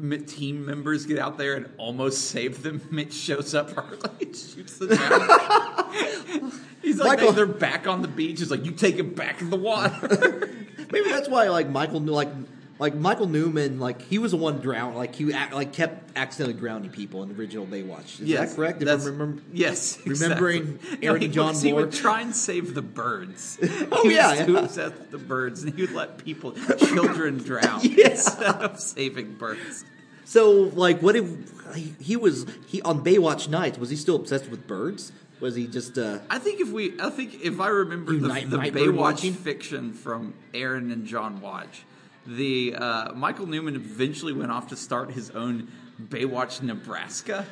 Speaker 1: m- team members get out there and almost save them, Mitch shows up early and shoots them down. He's like,
Speaker 2: Michael-
Speaker 1: they, they're back on the beach. He's like, you take him back in the water.
Speaker 2: Maybe that's why like Michael like like Michael Newman like he was the one drowned like he ac- like kept accidentally drowning people in the original Baywatch. Is that correct? If I'm
Speaker 1: that's-
Speaker 2: remem-
Speaker 1: yes.
Speaker 2: remembering
Speaker 1: exactly.
Speaker 2: Aaron
Speaker 1: he
Speaker 2: and John
Speaker 1: was- He
Speaker 2: Moore.
Speaker 1: would try and save the birds.
Speaker 2: Oh,
Speaker 1: he was
Speaker 2: yeah,
Speaker 1: too
Speaker 2: yeah.
Speaker 1: obsessed with the birds, and he would let people, children, drown instead of saving birds.
Speaker 2: So like what if he, he was he on Baywatch nights was he still obsessed with birds? Was he just uh
Speaker 1: I think if we, I think if I remember
Speaker 2: You
Speaker 1: the,
Speaker 2: night-
Speaker 1: the
Speaker 2: night bird watching?
Speaker 1: Baywatch fiction from Aaron and John Watch, the uh, Michael Newman eventually went off to start his own Baywatch Nebraska,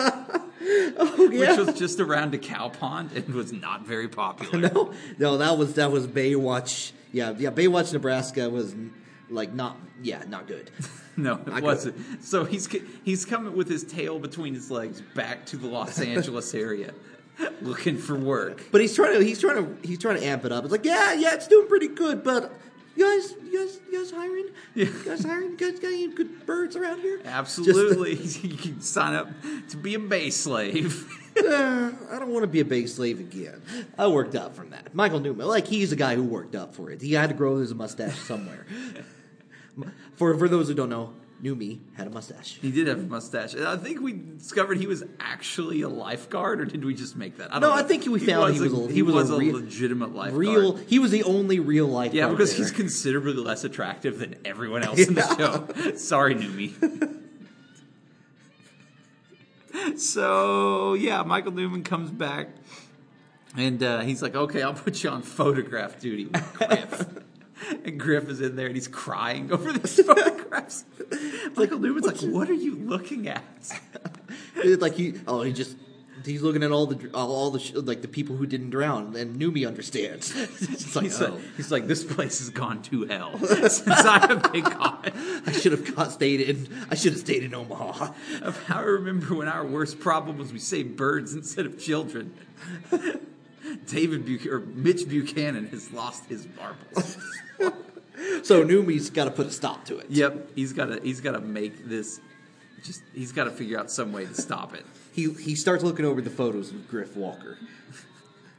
Speaker 2: Oh, yeah.
Speaker 1: which was just around a cow pond and was not very popular.
Speaker 2: no no that was that was Baywatch yeah yeah Baywatch Nebraska was like not yeah not good
Speaker 1: No,
Speaker 2: I
Speaker 1: it wasn't. So he's c- he's coming with his tail between his legs back to the Los Angeles area, looking for work.
Speaker 2: but he's trying to he's trying to he's trying to amp it up it's like yeah yeah it's doing pretty good but you guys you guys you guys hiring
Speaker 1: Yeah.
Speaker 2: you guys hiring you guys got any good birds around here
Speaker 1: Absolutely, you can sign up to be a bay slave.
Speaker 2: Just, uh, I don't want to be a base slave again I worked up from that Michael Newman like he's a guy who worked up for it he had to grow his mustache somewhere for for those who don't know new me had a mustache
Speaker 1: he did have a mustache, and I think we discovered he was actually a lifeguard, or did we just make that? I don't
Speaker 2: No,
Speaker 1: know.
Speaker 2: I think we found he was a- he was a real-
Speaker 1: legitimate lifeguard.
Speaker 2: real he was the only real life
Speaker 1: yeah,
Speaker 2: guard
Speaker 1: because
Speaker 2: there.
Speaker 1: he's considerably less attractive than everyone else in the show. Sorry, Numi. so yeah, Michael Newman comes back, and uh, he's like, "Okay, I'll put you on photograph duty." With Griff. and Griff is in there, and he's crying over these photographs. Michael Newman's like, "What are you looking at?"
Speaker 2: It's like he oh he just he's looking at all the all, all the sh- like the people who didn't drown and Numi understands. it's like,
Speaker 1: He's,
Speaker 2: oh,
Speaker 1: like, he's like, "This place has gone to hell since I have been gone."
Speaker 2: I should have got stayed in I should have stayed in Omaha.
Speaker 1: of how I remember when our worst problem was we saved birds instead of children. David Buch- or Mitch Buchanan has lost his marbles.
Speaker 2: So Numi's got to put a stop to it.
Speaker 1: yep, he's got to he's got to make this. Just he's got to figure out some way to stop it.
Speaker 2: He he starts looking over the photos of Griff Walker.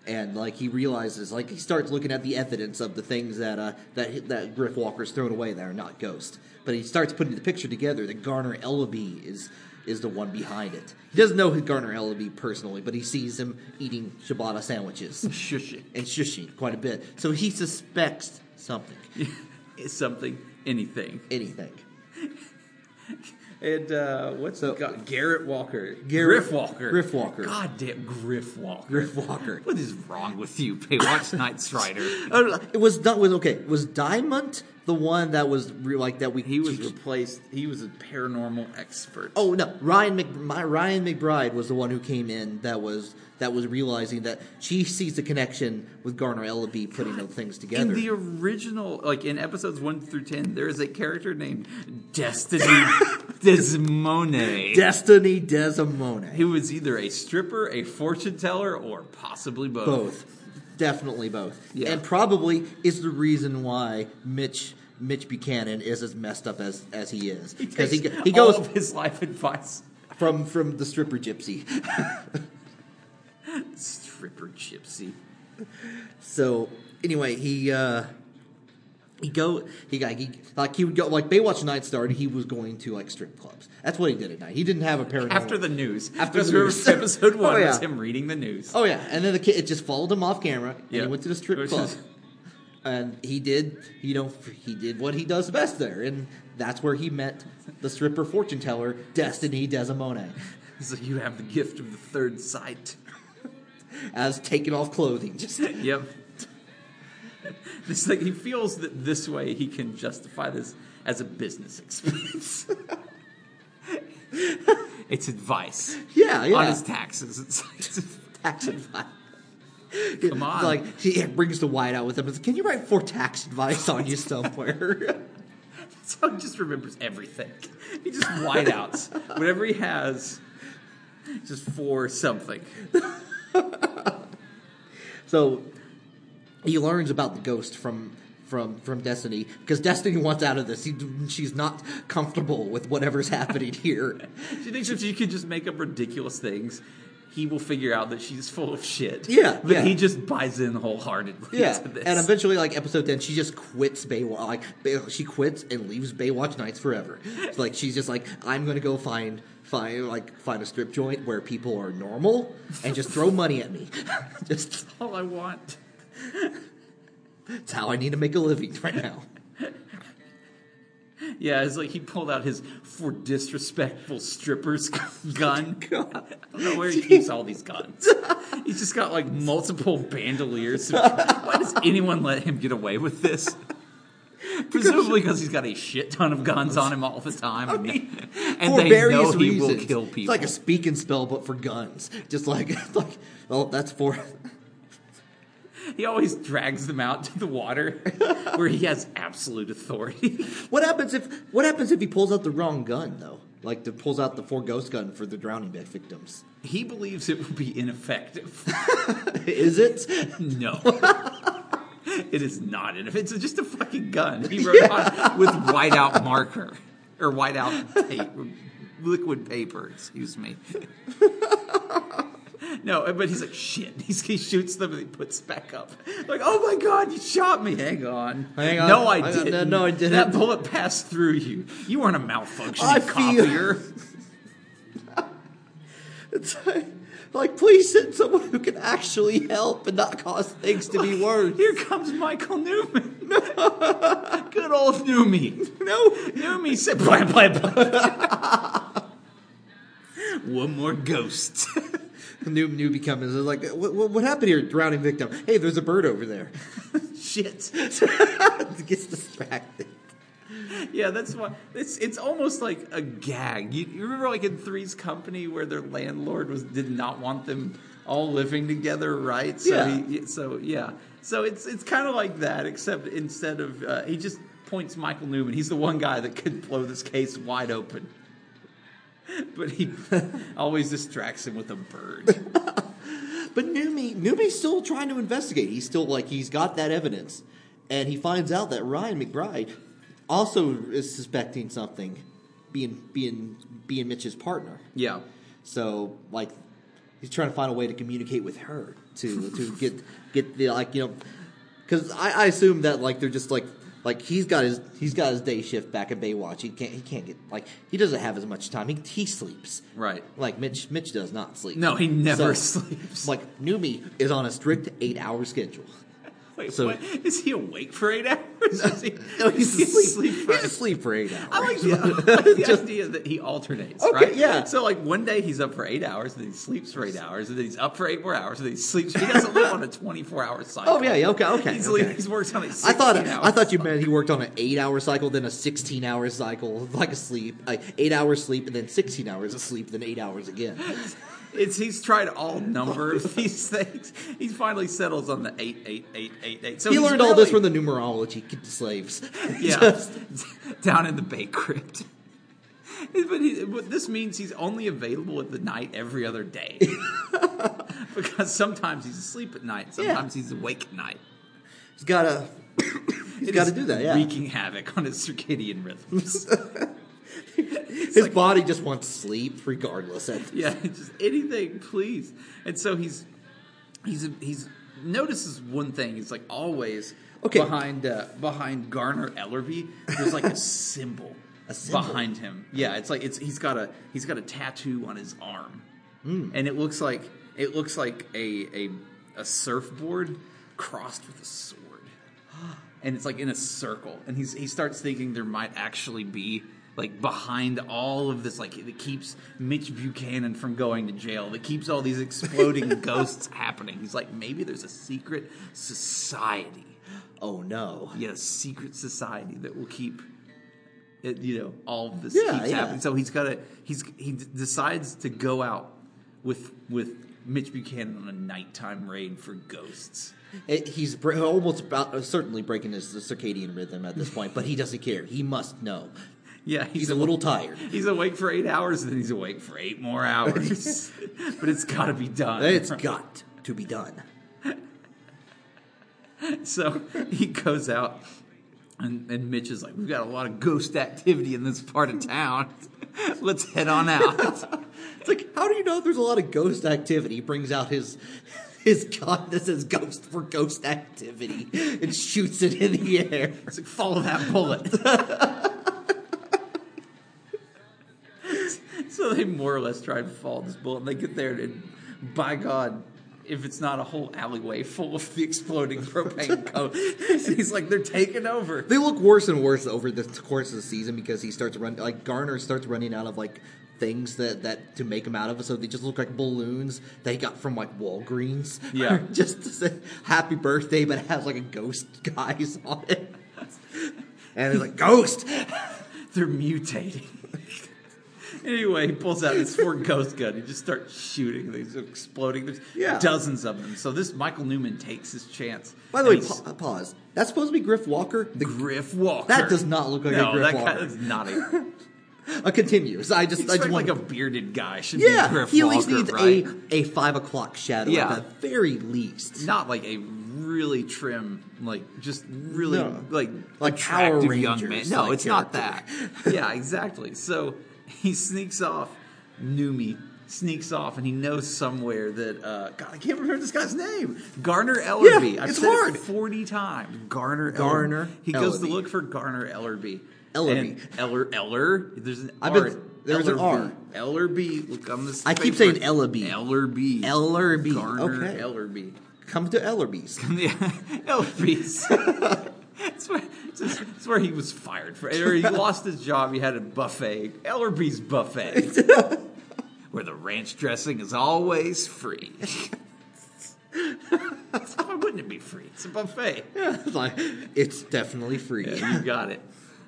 Speaker 2: And like he realizes, like he starts looking at the evidence of the things that uh, that that Griff Walker's thrown away that are not ghosts. But he starts putting the picture together that Garner Ellaby is is the one behind it. He doesn't know who Garner Ellaby personally, but he sees him eating ciabatta sandwiches.
Speaker 1: Shush it.
Speaker 2: and shushing quite a bit. So he suspects something,
Speaker 1: It's something, anything.
Speaker 2: anything.
Speaker 1: And uh, what's
Speaker 2: So-
Speaker 1: the guy- Garrett Walker?
Speaker 2: Garrett-
Speaker 1: Griff Walker.
Speaker 2: Griff Walker.
Speaker 1: Goddamn Griff Walker.
Speaker 2: Griff Walker.
Speaker 1: What is wrong with you, Baywatch Nights writer?
Speaker 2: Oh, no, it was not was okay. Was Diamond the one that was re- like that? We
Speaker 1: He was replaced. He was a paranormal expert.
Speaker 2: Oh no, Ryan Mc, my, Ryan McBride was the one who came in. That was that was realizing that she sees the connection with Garner Ellaby putting those things together.
Speaker 1: In the original, like in episodes one through ten, there is a character named Destiny Desmone,
Speaker 2: Destiny Desdemona.
Speaker 1: who is either a stripper, a fortune teller, or possibly both.
Speaker 2: both definitely both
Speaker 1: Yeah.
Speaker 2: and probably is the reason why mitch mitch buchanan is as messed up as as he is because he,
Speaker 1: takes
Speaker 2: he
Speaker 1: all
Speaker 2: goes
Speaker 1: of his life advice.
Speaker 2: from from the stripper gypsy
Speaker 1: Stripper gypsy.
Speaker 2: so anyway he uh he go he got he like he would go like Baywatch night started he was going to like strip clubs that's what he did at night he didn't have a paranormal
Speaker 1: After the news,
Speaker 2: Oh. After
Speaker 1: Because
Speaker 2: the
Speaker 1: we were-
Speaker 2: news.
Speaker 1: episode
Speaker 2: Oh,
Speaker 1: one was
Speaker 2: yeah.
Speaker 1: him reading the news.
Speaker 2: oh yeah and then the kid it just followed him off camera and
Speaker 1: Yeah.
Speaker 2: he went to the strip
Speaker 1: Which
Speaker 2: club
Speaker 1: is-
Speaker 2: and he did you know he did what he does best there and that's where he met the stripper fortune teller destiny desdemona
Speaker 1: He's like, "You have the gift of the third sight."
Speaker 2: as taking off clothing just
Speaker 1: Yep. It's like he feels that this way he can justify this as a business expense. it's advice
Speaker 2: yeah yeah
Speaker 1: on his taxes. It's like,
Speaker 2: tax advice
Speaker 1: Come on.
Speaker 2: like he brings the white out with him and says, can you write for tax advice on you somewhere
Speaker 1: so he just remembers everything. He just whiteouts whatever he has, just for something.
Speaker 2: so he learns about the ghost from from from Destiny because Destiny wants out of this. He, she's not comfortable with whatever's happening here.
Speaker 1: She thinks if she could just make up ridiculous things, he will figure out that she's full of shit.
Speaker 2: Yeah,
Speaker 1: But
Speaker 2: yeah.
Speaker 1: he just buys in wholeheartedly
Speaker 2: Yeah,
Speaker 1: to this.
Speaker 2: and eventually, like episode ten, she just quits Baywatch. Like Bay- she quits and leaves Baywatch Nights forever. It's like she's just like, I'm gonna go find find like find a strip joint where people are normal and just throw money at me. just
Speaker 1: all I want.
Speaker 2: that's how I need to make a living right now.
Speaker 1: Yeah, it's like he pulled out his for disrespectful strippers gun.
Speaker 2: God.
Speaker 1: I don't know where he keeps all these guns. He's just got like multiple bandoliers. Why does anyone let him get away with this? Presumably because he's got a shit ton of guns on him all the time, and, and
Speaker 2: for
Speaker 1: they
Speaker 2: various
Speaker 1: know he
Speaker 2: reasons.
Speaker 1: will kill people.
Speaker 2: It's like a speak and spell, but for guns. Just like, it's like, oh, that's for.
Speaker 1: he always drags them out to the water, where he has absolute authority.
Speaker 2: What happens if? What happens if he pulls out the wrong gun though? Like, the, pulls out the four ghost gun for the drowning vic- victims.
Speaker 1: He believes it will be ineffective.
Speaker 2: Is it?
Speaker 1: No. it is not. And if it's just a fucking gun, he wrote on with whiteout marker or whiteout tape, liquid paper, excuse me. No, but he's like, shit. He's, he shoots them and he puts back up. Like, oh my god, you shot me. Hang on.
Speaker 2: Hang on.
Speaker 1: No, I
Speaker 2: Hang on. No,
Speaker 1: didn't.
Speaker 2: no, I didn't.
Speaker 1: That bullet passed through you. You weren't a malfunctioning
Speaker 2: I feel-
Speaker 1: copier.
Speaker 2: It's like, like, please send someone who can actually help and not cause things to be worse.
Speaker 1: Here comes Michael Newman. Good old Newmy.
Speaker 2: No.
Speaker 1: Naomi said, blah, blah, blah. One more ghost.
Speaker 2: New newbie comes in, like, what, what, what happened here? Drowning victim. Hey, there's a bird over there.
Speaker 1: Shit.
Speaker 2: Gets distracted.
Speaker 1: Yeah, that's why. It's it's almost like a gag. You, you remember, like in Three's Company, where their landlord was did not want them all living together, right? So
Speaker 2: Yeah.
Speaker 1: He, so yeah. So it's it's kind of like that, except instead of uh, he just points Michael Newman. He's the one guy that could blow this case wide open. But he always distracts him with a bird.
Speaker 2: But Numi, Numi's still trying to investigate. He's still like he's got that evidence, and he finds out that Ryan McBride also is suspecting something, being being being Mitch's partner.
Speaker 1: Yeah.
Speaker 2: So like, he's trying to find a way to communicate with her to to get get the like you know, because I, I assume that like they're just like like he's got his he's got his day shift back at Baywatch. He can't he can't get like he doesn't have as much time. He he sleeps
Speaker 1: Right.
Speaker 2: Like Mitch Mitch does not sleep.
Speaker 1: No, he never
Speaker 2: So,
Speaker 1: sleeps.
Speaker 2: Like Numi is on a strict eight hour schedule.
Speaker 1: Wait,
Speaker 2: So-
Speaker 1: what? Is he awake for eight hours? Is he,
Speaker 2: No, he's
Speaker 1: is he
Speaker 2: asleep.
Speaker 1: asleep for
Speaker 2: He's asleep for eight hours.
Speaker 1: I like the, I like the idea that he alternates,
Speaker 2: Okay,
Speaker 1: right?
Speaker 2: yeah.
Speaker 1: So like one day he's up for eight hours, and then he sleeps for eight hours, and then he's up for eight more hours, and then he sleeps. He doesn't live on a twenty-four hour cycle.
Speaker 2: Oh yeah, yeah, okay, okay.
Speaker 1: He's,
Speaker 2: okay.
Speaker 1: li- he's works on a
Speaker 2: I thought
Speaker 1: 16
Speaker 2: I thought you meant he worked on an eight hour cycle, then a sixteen hour cycle, like a sleep, like eight hours sleep, and then sixteen hours of sleep, then eight hours again.
Speaker 1: It's he's tried all number of these things. He finally settles on the eight, eight, eight, eight, eight. So
Speaker 2: he
Speaker 1: he's
Speaker 2: learned all this
Speaker 1: really-
Speaker 2: from the numerology kid to slaves.
Speaker 1: yeah,
Speaker 2: Just-
Speaker 1: down in the Bay Crypt. But, he, but this means he's only available at the night every other day, because sometimes he's asleep at night, sometimes he's awake at night.
Speaker 2: he's gotta he's
Speaker 1: It
Speaker 2: gotta
Speaker 1: is
Speaker 2: do that. Yeah,
Speaker 1: wreaking havoc on his circadian rhythms.
Speaker 2: his body just wants sleep regardless. At
Speaker 1: yeah, just anything, please. And so he's he's he's notices one thing. He's like always
Speaker 2: Okay.
Speaker 1: behind uh, behind Garner Ellerby. There's like a symbol,
Speaker 2: A symbol?
Speaker 1: behind him. Yeah, it's like it's he's got a he's got a tattoo on his arm,
Speaker 2: Hmm.
Speaker 1: and it looks like it looks like a a a surfboard crossed with a sword. And it's like in a circle, and he's, he starts thinking there might actually be like behind all of this, like that keeps Mitch Buchanan from going to jail, that keeps all these exploding ghosts happening. He's like, maybe there's a secret society,
Speaker 2: oh no,
Speaker 1: yeah, a secret society that will keep, it, you know, all of this
Speaker 2: Yeah,
Speaker 1: keeps
Speaker 2: yeah.
Speaker 1: happening. So he's got to he's he d- decides to go out with with Mitch Buchanan on a nighttime raid for ghosts.
Speaker 2: It- he's br- almost about uh, certainly breaking his circadian rhythm at this point, but he doesn't care. He must know.
Speaker 1: Yeah,
Speaker 2: He's a little tired.
Speaker 1: He's awake for eight hours, and then he's awake for eight more hours. but it's got to be done.
Speaker 2: It's got to be done.
Speaker 1: so he goes out, and, and Mitch is like, We've got a lot of ghost activity in this part of town. Let's head on out.
Speaker 2: It's like, how do you know there's a lot of ghost activity? He brings out his his gun that says ghost for ghost activity and shoots it in the air.
Speaker 1: It's like, Follow that bullet. so they more or less try to follow this bullet, and they get there, and by God, if it's not a whole alleyway full of the exploding propane coat, and he's like, they're taking over.
Speaker 2: They look worse and worse over the course of the season because he starts run like Garner starts running out of like things that that to make him out of. So they just look like balloons that he got from like Walgreens.
Speaker 1: Yeah.
Speaker 2: just to say happy birthday, but it has like a ghost guys on it. And they're like ghost.
Speaker 1: They're mutating. anyway, he pulls out his Ford Ghost gun. He just starts shooting. These exploding. There's
Speaker 2: Yeah.
Speaker 1: dozens of them. So this Michael Newman takes his chance.
Speaker 2: By the way,
Speaker 1: And he's-
Speaker 2: pa- pause. That's supposed to be Griff Walker. The
Speaker 1: Griff Walker.
Speaker 2: That does not look like a
Speaker 1: no,
Speaker 2: Griff
Speaker 1: that
Speaker 2: Walker.
Speaker 1: guy is not a.
Speaker 2: Uh, continues. I just,
Speaker 1: He's
Speaker 2: I just
Speaker 1: like
Speaker 2: want
Speaker 1: a bearded guy should be
Speaker 2: yeah.
Speaker 1: Griff
Speaker 2: He at
Speaker 1: Walker,
Speaker 2: least needs
Speaker 1: right?
Speaker 2: a a five o'clock shadow
Speaker 1: Yeah.
Speaker 2: at the very least.
Speaker 1: not like a really trim, like just really
Speaker 2: No.
Speaker 1: like
Speaker 2: Like
Speaker 1: attractive
Speaker 2: Power
Speaker 1: young man.
Speaker 2: Rangers,
Speaker 1: No,
Speaker 2: like,
Speaker 1: it's not that.
Speaker 2: character.
Speaker 1: yeah, exactly. So he sneaks off. Numi sneaks off, and he knows somewhere that uh, God, I can't remember this guy's name. Garner Ellerby. I've
Speaker 2: it's
Speaker 1: said it
Speaker 2: hard.
Speaker 1: forty times. Garner. Ellerby.
Speaker 2: Garner
Speaker 1: He goes to
Speaker 2: Ellerby.
Speaker 1: look for Garner Ellerby.
Speaker 2: Ellerby.
Speaker 1: And Eller Eller. There's an
Speaker 2: I've
Speaker 1: R.
Speaker 2: been- there's an R.
Speaker 1: Ellerby. Look on this.
Speaker 2: I
Speaker 1: paper.
Speaker 2: keep saying Ellerby.
Speaker 1: Ellerby.
Speaker 2: Ellerby.
Speaker 1: Garner
Speaker 2: Okay.
Speaker 1: Ellerby.
Speaker 2: Come to Ellerby's.
Speaker 1: Yeah, Elvis. That's where, that's where he was fired for. Or he lost his job. He had a buffet, Ellerby's buffet, where the ranch dressing is always free. Why wouldn't it be free? It's a buffet.
Speaker 2: It's like, it's definitely free.
Speaker 1: Yeah, you got it.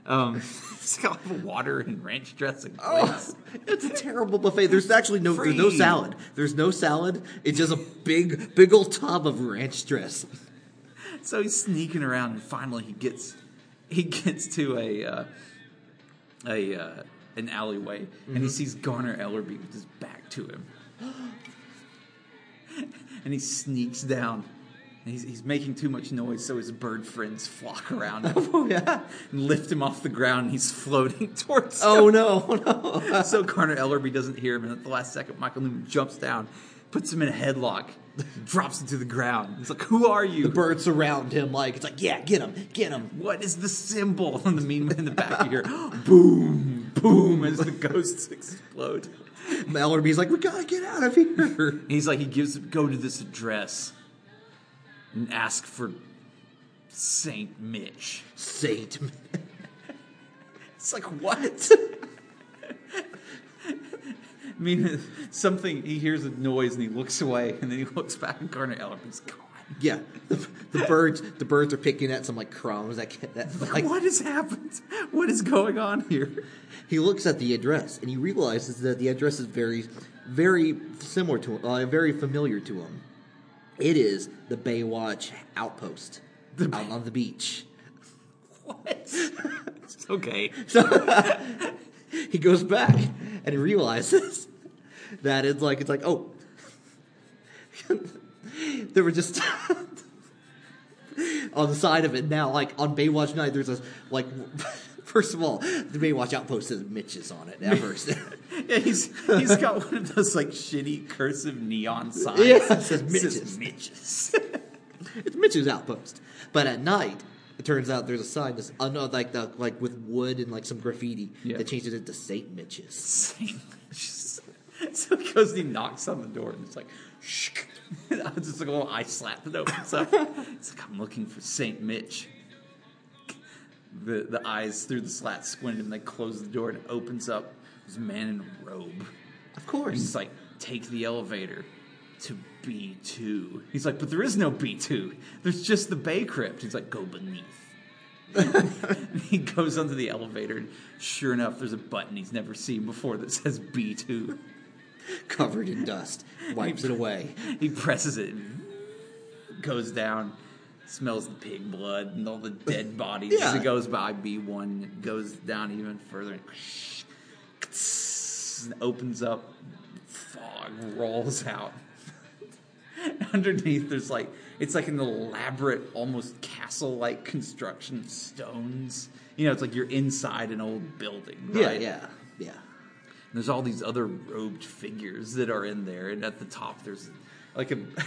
Speaker 1: Um, it's got water and ranch dressing. Please.
Speaker 2: It's a terrible buffet. There's actually no there's no
Speaker 1: Free.
Speaker 2: salad. There's no salad. It's just a big big old tub of ranch dress.
Speaker 1: So he's sneaking around, and finally he gets he gets to a uh, a uh, an alleyway, and he sees Garner Ellerby with his back to him, and he sneaks down. And he's, he's making too much noise, so his bird friends flock around him
Speaker 2: Oh yeah.
Speaker 1: and lift him off the ground. And he's floating towards.
Speaker 2: Oh no, no.
Speaker 1: him. so Garner Ellerby doesn't hear him, and at the last second, Michael Newman jumps down, puts him in a headlock, drops him to the ground. He's like, "Who are you?"
Speaker 2: The birds around him like it's like, yeah, get him, get him.
Speaker 1: What is the symbol? And the mean in the back of your boom, boom, as the ghosts explode.
Speaker 2: Ellerby's like, we gotta get out of here.
Speaker 1: And he's like, he gives go to this address and ask for Saint Mitch.
Speaker 2: Saint
Speaker 1: It's like what? I mean, something. He hears a noise and he looks away, and then he looks back, and Garner Ellerby's gone.
Speaker 2: Yeah. The, the birds the birds are picking at some like crumbs that, that like
Speaker 1: what has happened? What is going on here?
Speaker 2: He looks at the address and he realizes that the address is very, very similar to, uh, very familiar to him. It is the Baywatch outpost out on the beach.
Speaker 1: What? okay.
Speaker 2: He goes back and he realizes that it's like it's like oh, there were just on the side of it now. Like on Baywatch night, there's a like. First of all, the Baywatch outpost says Mitch is on it at first.
Speaker 1: Yeah, he's he's got one of those like shitty cursive neon signs.
Speaker 2: Yeah, it says
Speaker 1: It says
Speaker 2: Mitches.
Speaker 1: Mitches.
Speaker 2: It's Mitch's outpost. But at night, it turns out there's a sign that's uh, no, like the like with wood and like some graffiti
Speaker 1: Yeah.
Speaker 2: that changes it to Saint Mitch's.
Speaker 1: Saint Mitches. So he goes and he knocks on the door and it's like shh. I was just like a little eye slap that opens up. It's like I'm looking for Saint Mitch. The the eyes through the slat squint and they close the door and it opens up. There's a man in a robe.
Speaker 2: Of
Speaker 1: He's
Speaker 2: course.
Speaker 1: like, take the elevator to B2. He's like, but there is no B2. There's just the Bay Crypt. He's like, go beneath. he goes onto the elevator, and sure enough, there's a button he's never seen before that says B2. Mm.
Speaker 2: Covered in dust. Wipes it away.
Speaker 1: He presses it, and goes down, smells the pig blood and all the dead bodies as
Speaker 2: Yeah.
Speaker 1: it goes by B1, and it goes down even further and, and opens up, fog rolls out. underneath there's like it's like an elaborate, almost castle-like construction, stones. You know, it's like you're inside an old building.
Speaker 2: Yeah,
Speaker 1: right?
Speaker 2: yeah, yeah.
Speaker 1: And there's all these other robed figures that are in there, and at the top there's like a what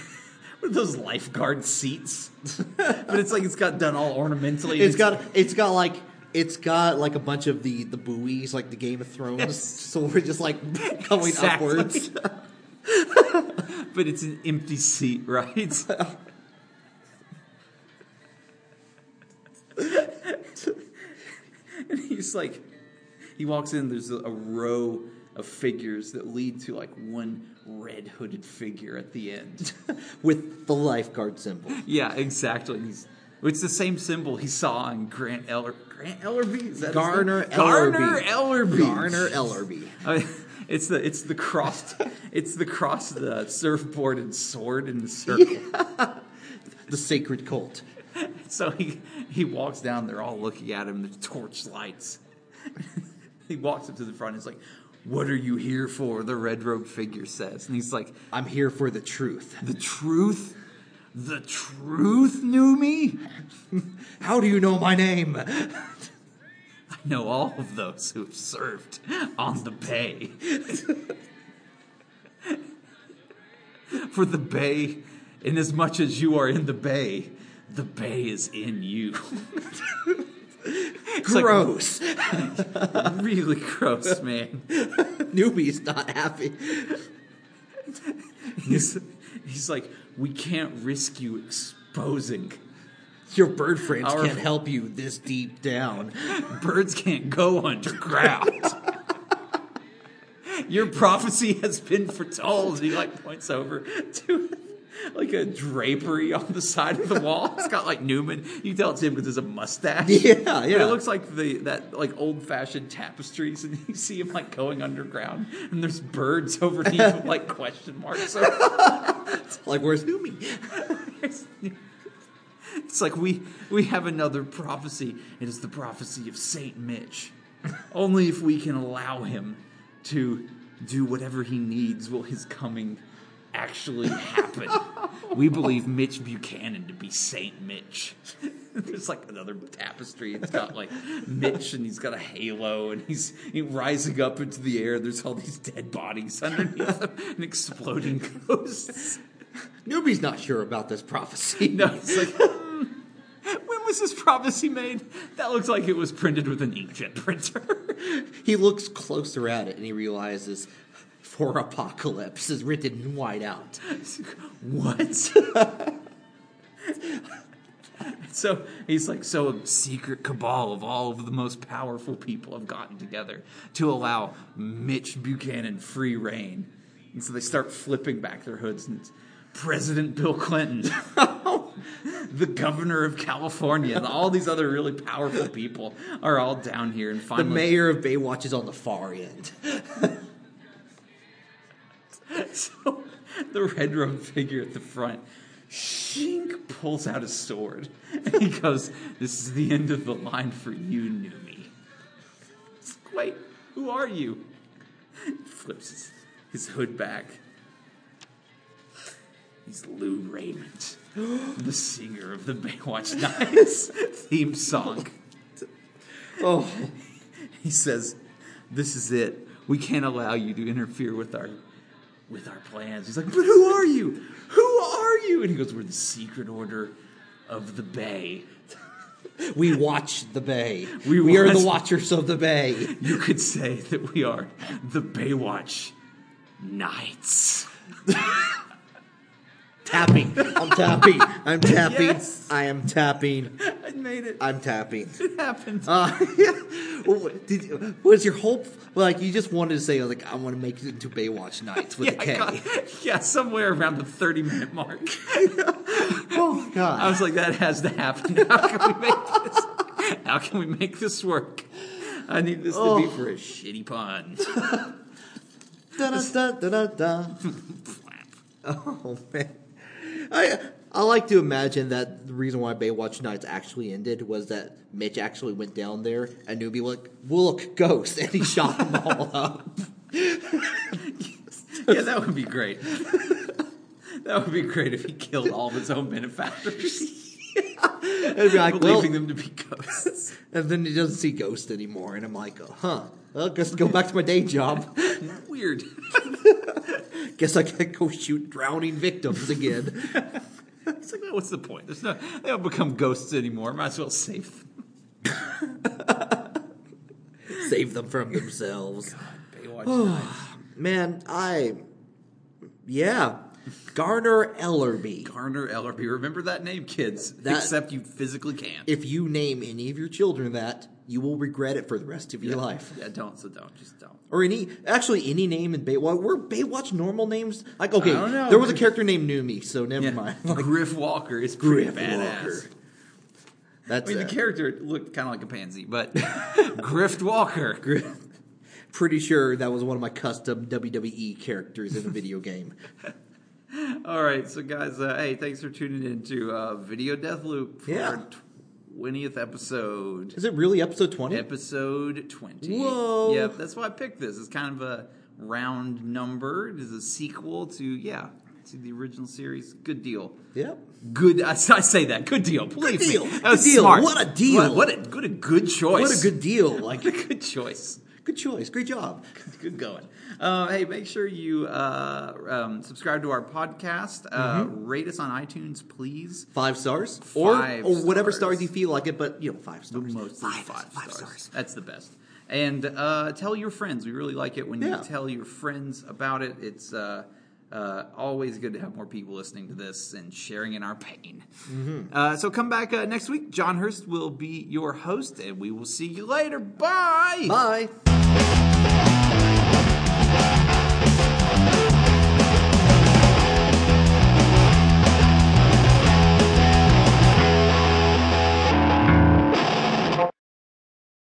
Speaker 1: are those lifeguard seats? but it's like it's got done all ornamentally. and
Speaker 2: It's got it's got like it's got like a bunch of the the buoys like the Game of Thrones.
Speaker 1: Yes.
Speaker 2: So we're just like going
Speaker 1: Exactly.
Speaker 2: upwards.
Speaker 1: but it's an empty seat, right? and he's like, he walks in. There's a, a row of figures that lead to like one red hooded figure at the end.
Speaker 2: with the lifeguard symbol.
Speaker 1: yeah, exactly. He's it's the same symbol he saw in Grant Eller Grant Ellerby. Is that his
Speaker 2: Garner
Speaker 1: name? Garner
Speaker 2: Ellerby.
Speaker 1: Ellerby.
Speaker 2: Garner Ellerby.
Speaker 1: I mean, it's the it's the crossed it's the crossed uh, surfboard and sword in the circle.
Speaker 2: The sacred cult.
Speaker 1: So he he walks down. They're all looking at him. There's torch lights. he walks up to the front. He's like, "What are you here for?" The red robe figure says, and he's like,
Speaker 2: I'm here for the truth.
Speaker 1: "The truth." The truth knew me?
Speaker 2: How do you know my name?
Speaker 1: I know all of those who have served on the bay. For the bay, inasmuch as you are in the bay, the bay is in you. It's like
Speaker 2: Gross.
Speaker 1: really gross, man.
Speaker 2: Newbie's not happy.
Speaker 1: He's, he's like, we can't risk you exposing.
Speaker 2: Your bird friends
Speaker 1: Our-
Speaker 2: can't help you this deep down.
Speaker 1: Birds can't go underground. Your prophecy has been foretold. He like points over to like a drapery on the side of the wall. It's got like Newman. You can tell it's him because there's a mustache.
Speaker 2: Yeah,
Speaker 1: But
Speaker 2: yeah.
Speaker 1: it looks like the that like old fashioned tapestries, and you see him like going underground, and there's birds overneath him, like question marks. over
Speaker 2: Like, where's Newbie?
Speaker 1: it's like we we have another prophecy. It is the prophecy of Saint Mitch. Only if we can allow him to do whatever he needs will his coming actually happen. we believe Mitch Buchanan to be Saint Mitch. There's like another tapestry. It's got like Mitch, and he's got a halo, and he's he- rising up into the air. There's all these dead bodies underneath him, and exploding ghosts.
Speaker 2: Newbie's not sure about this prophecy.
Speaker 1: No, it's like, hmm, when was this prophecy made? That looks like it was printed with an inkjet printer.
Speaker 2: He looks closer at it and he realizes for apocalypse is written in white out.
Speaker 1: It's like, what? so he's like, so a secret cabal of all of the most powerful people have gotten together to allow Mitch Buchanan free reign. And so they start flipping back their hoods and it's President Bill Clinton, the governor of California, and all these other really powerful people are all down here. And
Speaker 2: The
Speaker 1: finally,
Speaker 2: mayor of Baywatch is on the far end.
Speaker 1: So the red robe figure at the front, Shink pulls out a sword and he goes, This is the end of the line for you, Numi. It's like, Wait, who are you? Flips his, his hood back. He's Lou Raymond, the singer of the Baywatch Nights theme song.
Speaker 2: Oh,
Speaker 1: He says, "This is it. We can't allow you to interfere with our with our plans." He's like, "But who are you? Who are you?" And he goes, "We're the Secret Order of the Bay.
Speaker 2: we watch the bay.
Speaker 1: We
Speaker 2: We, are the
Speaker 1: watch-
Speaker 2: watchers of the bay.
Speaker 1: You could say that we are the Baywatch Knights."
Speaker 2: Tapping. I'm tapping. I'm tapping.
Speaker 1: Yes.
Speaker 2: I am tapping.
Speaker 1: I made it.
Speaker 2: I'm tapping.
Speaker 1: It happened.
Speaker 2: Uh, well, did you- was your hope like you just wanted to say like I want to make it into Baywatch Nights with
Speaker 1: yeah,
Speaker 2: a
Speaker 1: I
Speaker 2: K?
Speaker 1: got- yeah, somewhere around the thirty-minute mark.
Speaker 2: Oh my god!
Speaker 1: I was like, "That has to happen. How can we make this? How can we make this work?" I need this to
Speaker 2: Oh.
Speaker 1: be for a shitty pun.
Speaker 2: Da-da-da-da-da-da. Oh man, I I like to imagine that the reason why Baywatch Nights actually ended was that Mitch actually went down there and Newbie was like, "Look, ghost," and he shot them all up.
Speaker 1: yeah, that would be great. That would be great if he killed all of his own benefactors,
Speaker 2: It'd be like, well,
Speaker 1: believing them to be ghosts.
Speaker 2: and then he doesn't see Ghost anymore, and I'm like, oh, huh. Well, guess I'll go back to my day job.
Speaker 1: Weird.
Speaker 2: Guess I can go shoot drowning victims again.
Speaker 1: It's like, what's the point? There's no, they don't become ghosts anymore. Might as well save them.
Speaker 2: Save them from themselves.
Speaker 1: Baywatch
Speaker 2: Man, I. Yeah. Garner Ellerby.
Speaker 1: Garner Ellerby. Remember that name, kids.
Speaker 2: That-
Speaker 1: Except you physically can't.
Speaker 2: If you name any of your children that, you will regret it for the rest of your life.
Speaker 1: Yeah, don't. So don't. Just don't.
Speaker 2: Or any, actually, any name in Baywatch. Were Baywatch normal names? Like, okay,
Speaker 1: I don't know.
Speaker 2: there was a character named Numi, so never
Speaker 1: Yeah.
Speaker 2: mind. Like,
Speaker 1: Griff Walker is pretty
Speaker 2: Griff
Speaker 1: badass.
Speaker 2: Walker. That's
Speaker 1: I mean,
Speaker 2: uh,
Speaker 1: the character looked kind of like a pansy, but Griff Walker.
Speaker 2: pretty sure that was one of my custom WWE characters in a video game.
Speaker 1: All right, so guys, uh, hey, thanks for tuning in to uh, Video Death Loop for
Speaker 2: Yeah.
Speaker 1: our 20th episode.
Speaker 2: Is it really episode 20?
Speaker 1: Episode 20.
Speaker 2: Whoa.
Speaker 1: Yep, that's why I picked this. It's kind of a round number. It is a sequel to, yeah, to the original series. Good deal.
Speaker 2: Yep.
Speaker 1: Good, I, s- I say that. Good deal. Believe
Speaker 2: deal.
Speaker 1: me. That
Speaker 2: Good
Speaker 1: was
Speaker 2: deal.
Speaker 1: smart.
Speaker 2: What a deal.
Speaker 1: What, what a, what a good choice.
Speaker 2: What a good deal. Like,
Speaker 1: What a good choice.
Speaker 2: good choice. Great job.
Speaker 1: Good going. Uh, hey, make sure you uh, um, subscribe to our podcast. Uh,
Speaker 2: Mm-hmm.
Speaker 1: Rate us on iTunes, please.
Speaker 2: Five stars.
Speaker 1: Five
Speaker 2: or, or whatever
Speaker 1: stars.
Speaker 2: stars you feel like it, but, you know, five stars.
Speaker 1: Mostly five, stars. That's the best. And uh, tell your friends. We really like it when
Speaker 2: Yeah.
Speaker 1: you tell your friends about it. It's uh, uh, always good to have more people listening to this and sharing in our pain. Uh, so come back uh, next week. John Hurst will be your host, and we will see you later. Bye.
Speaker 2: Bye.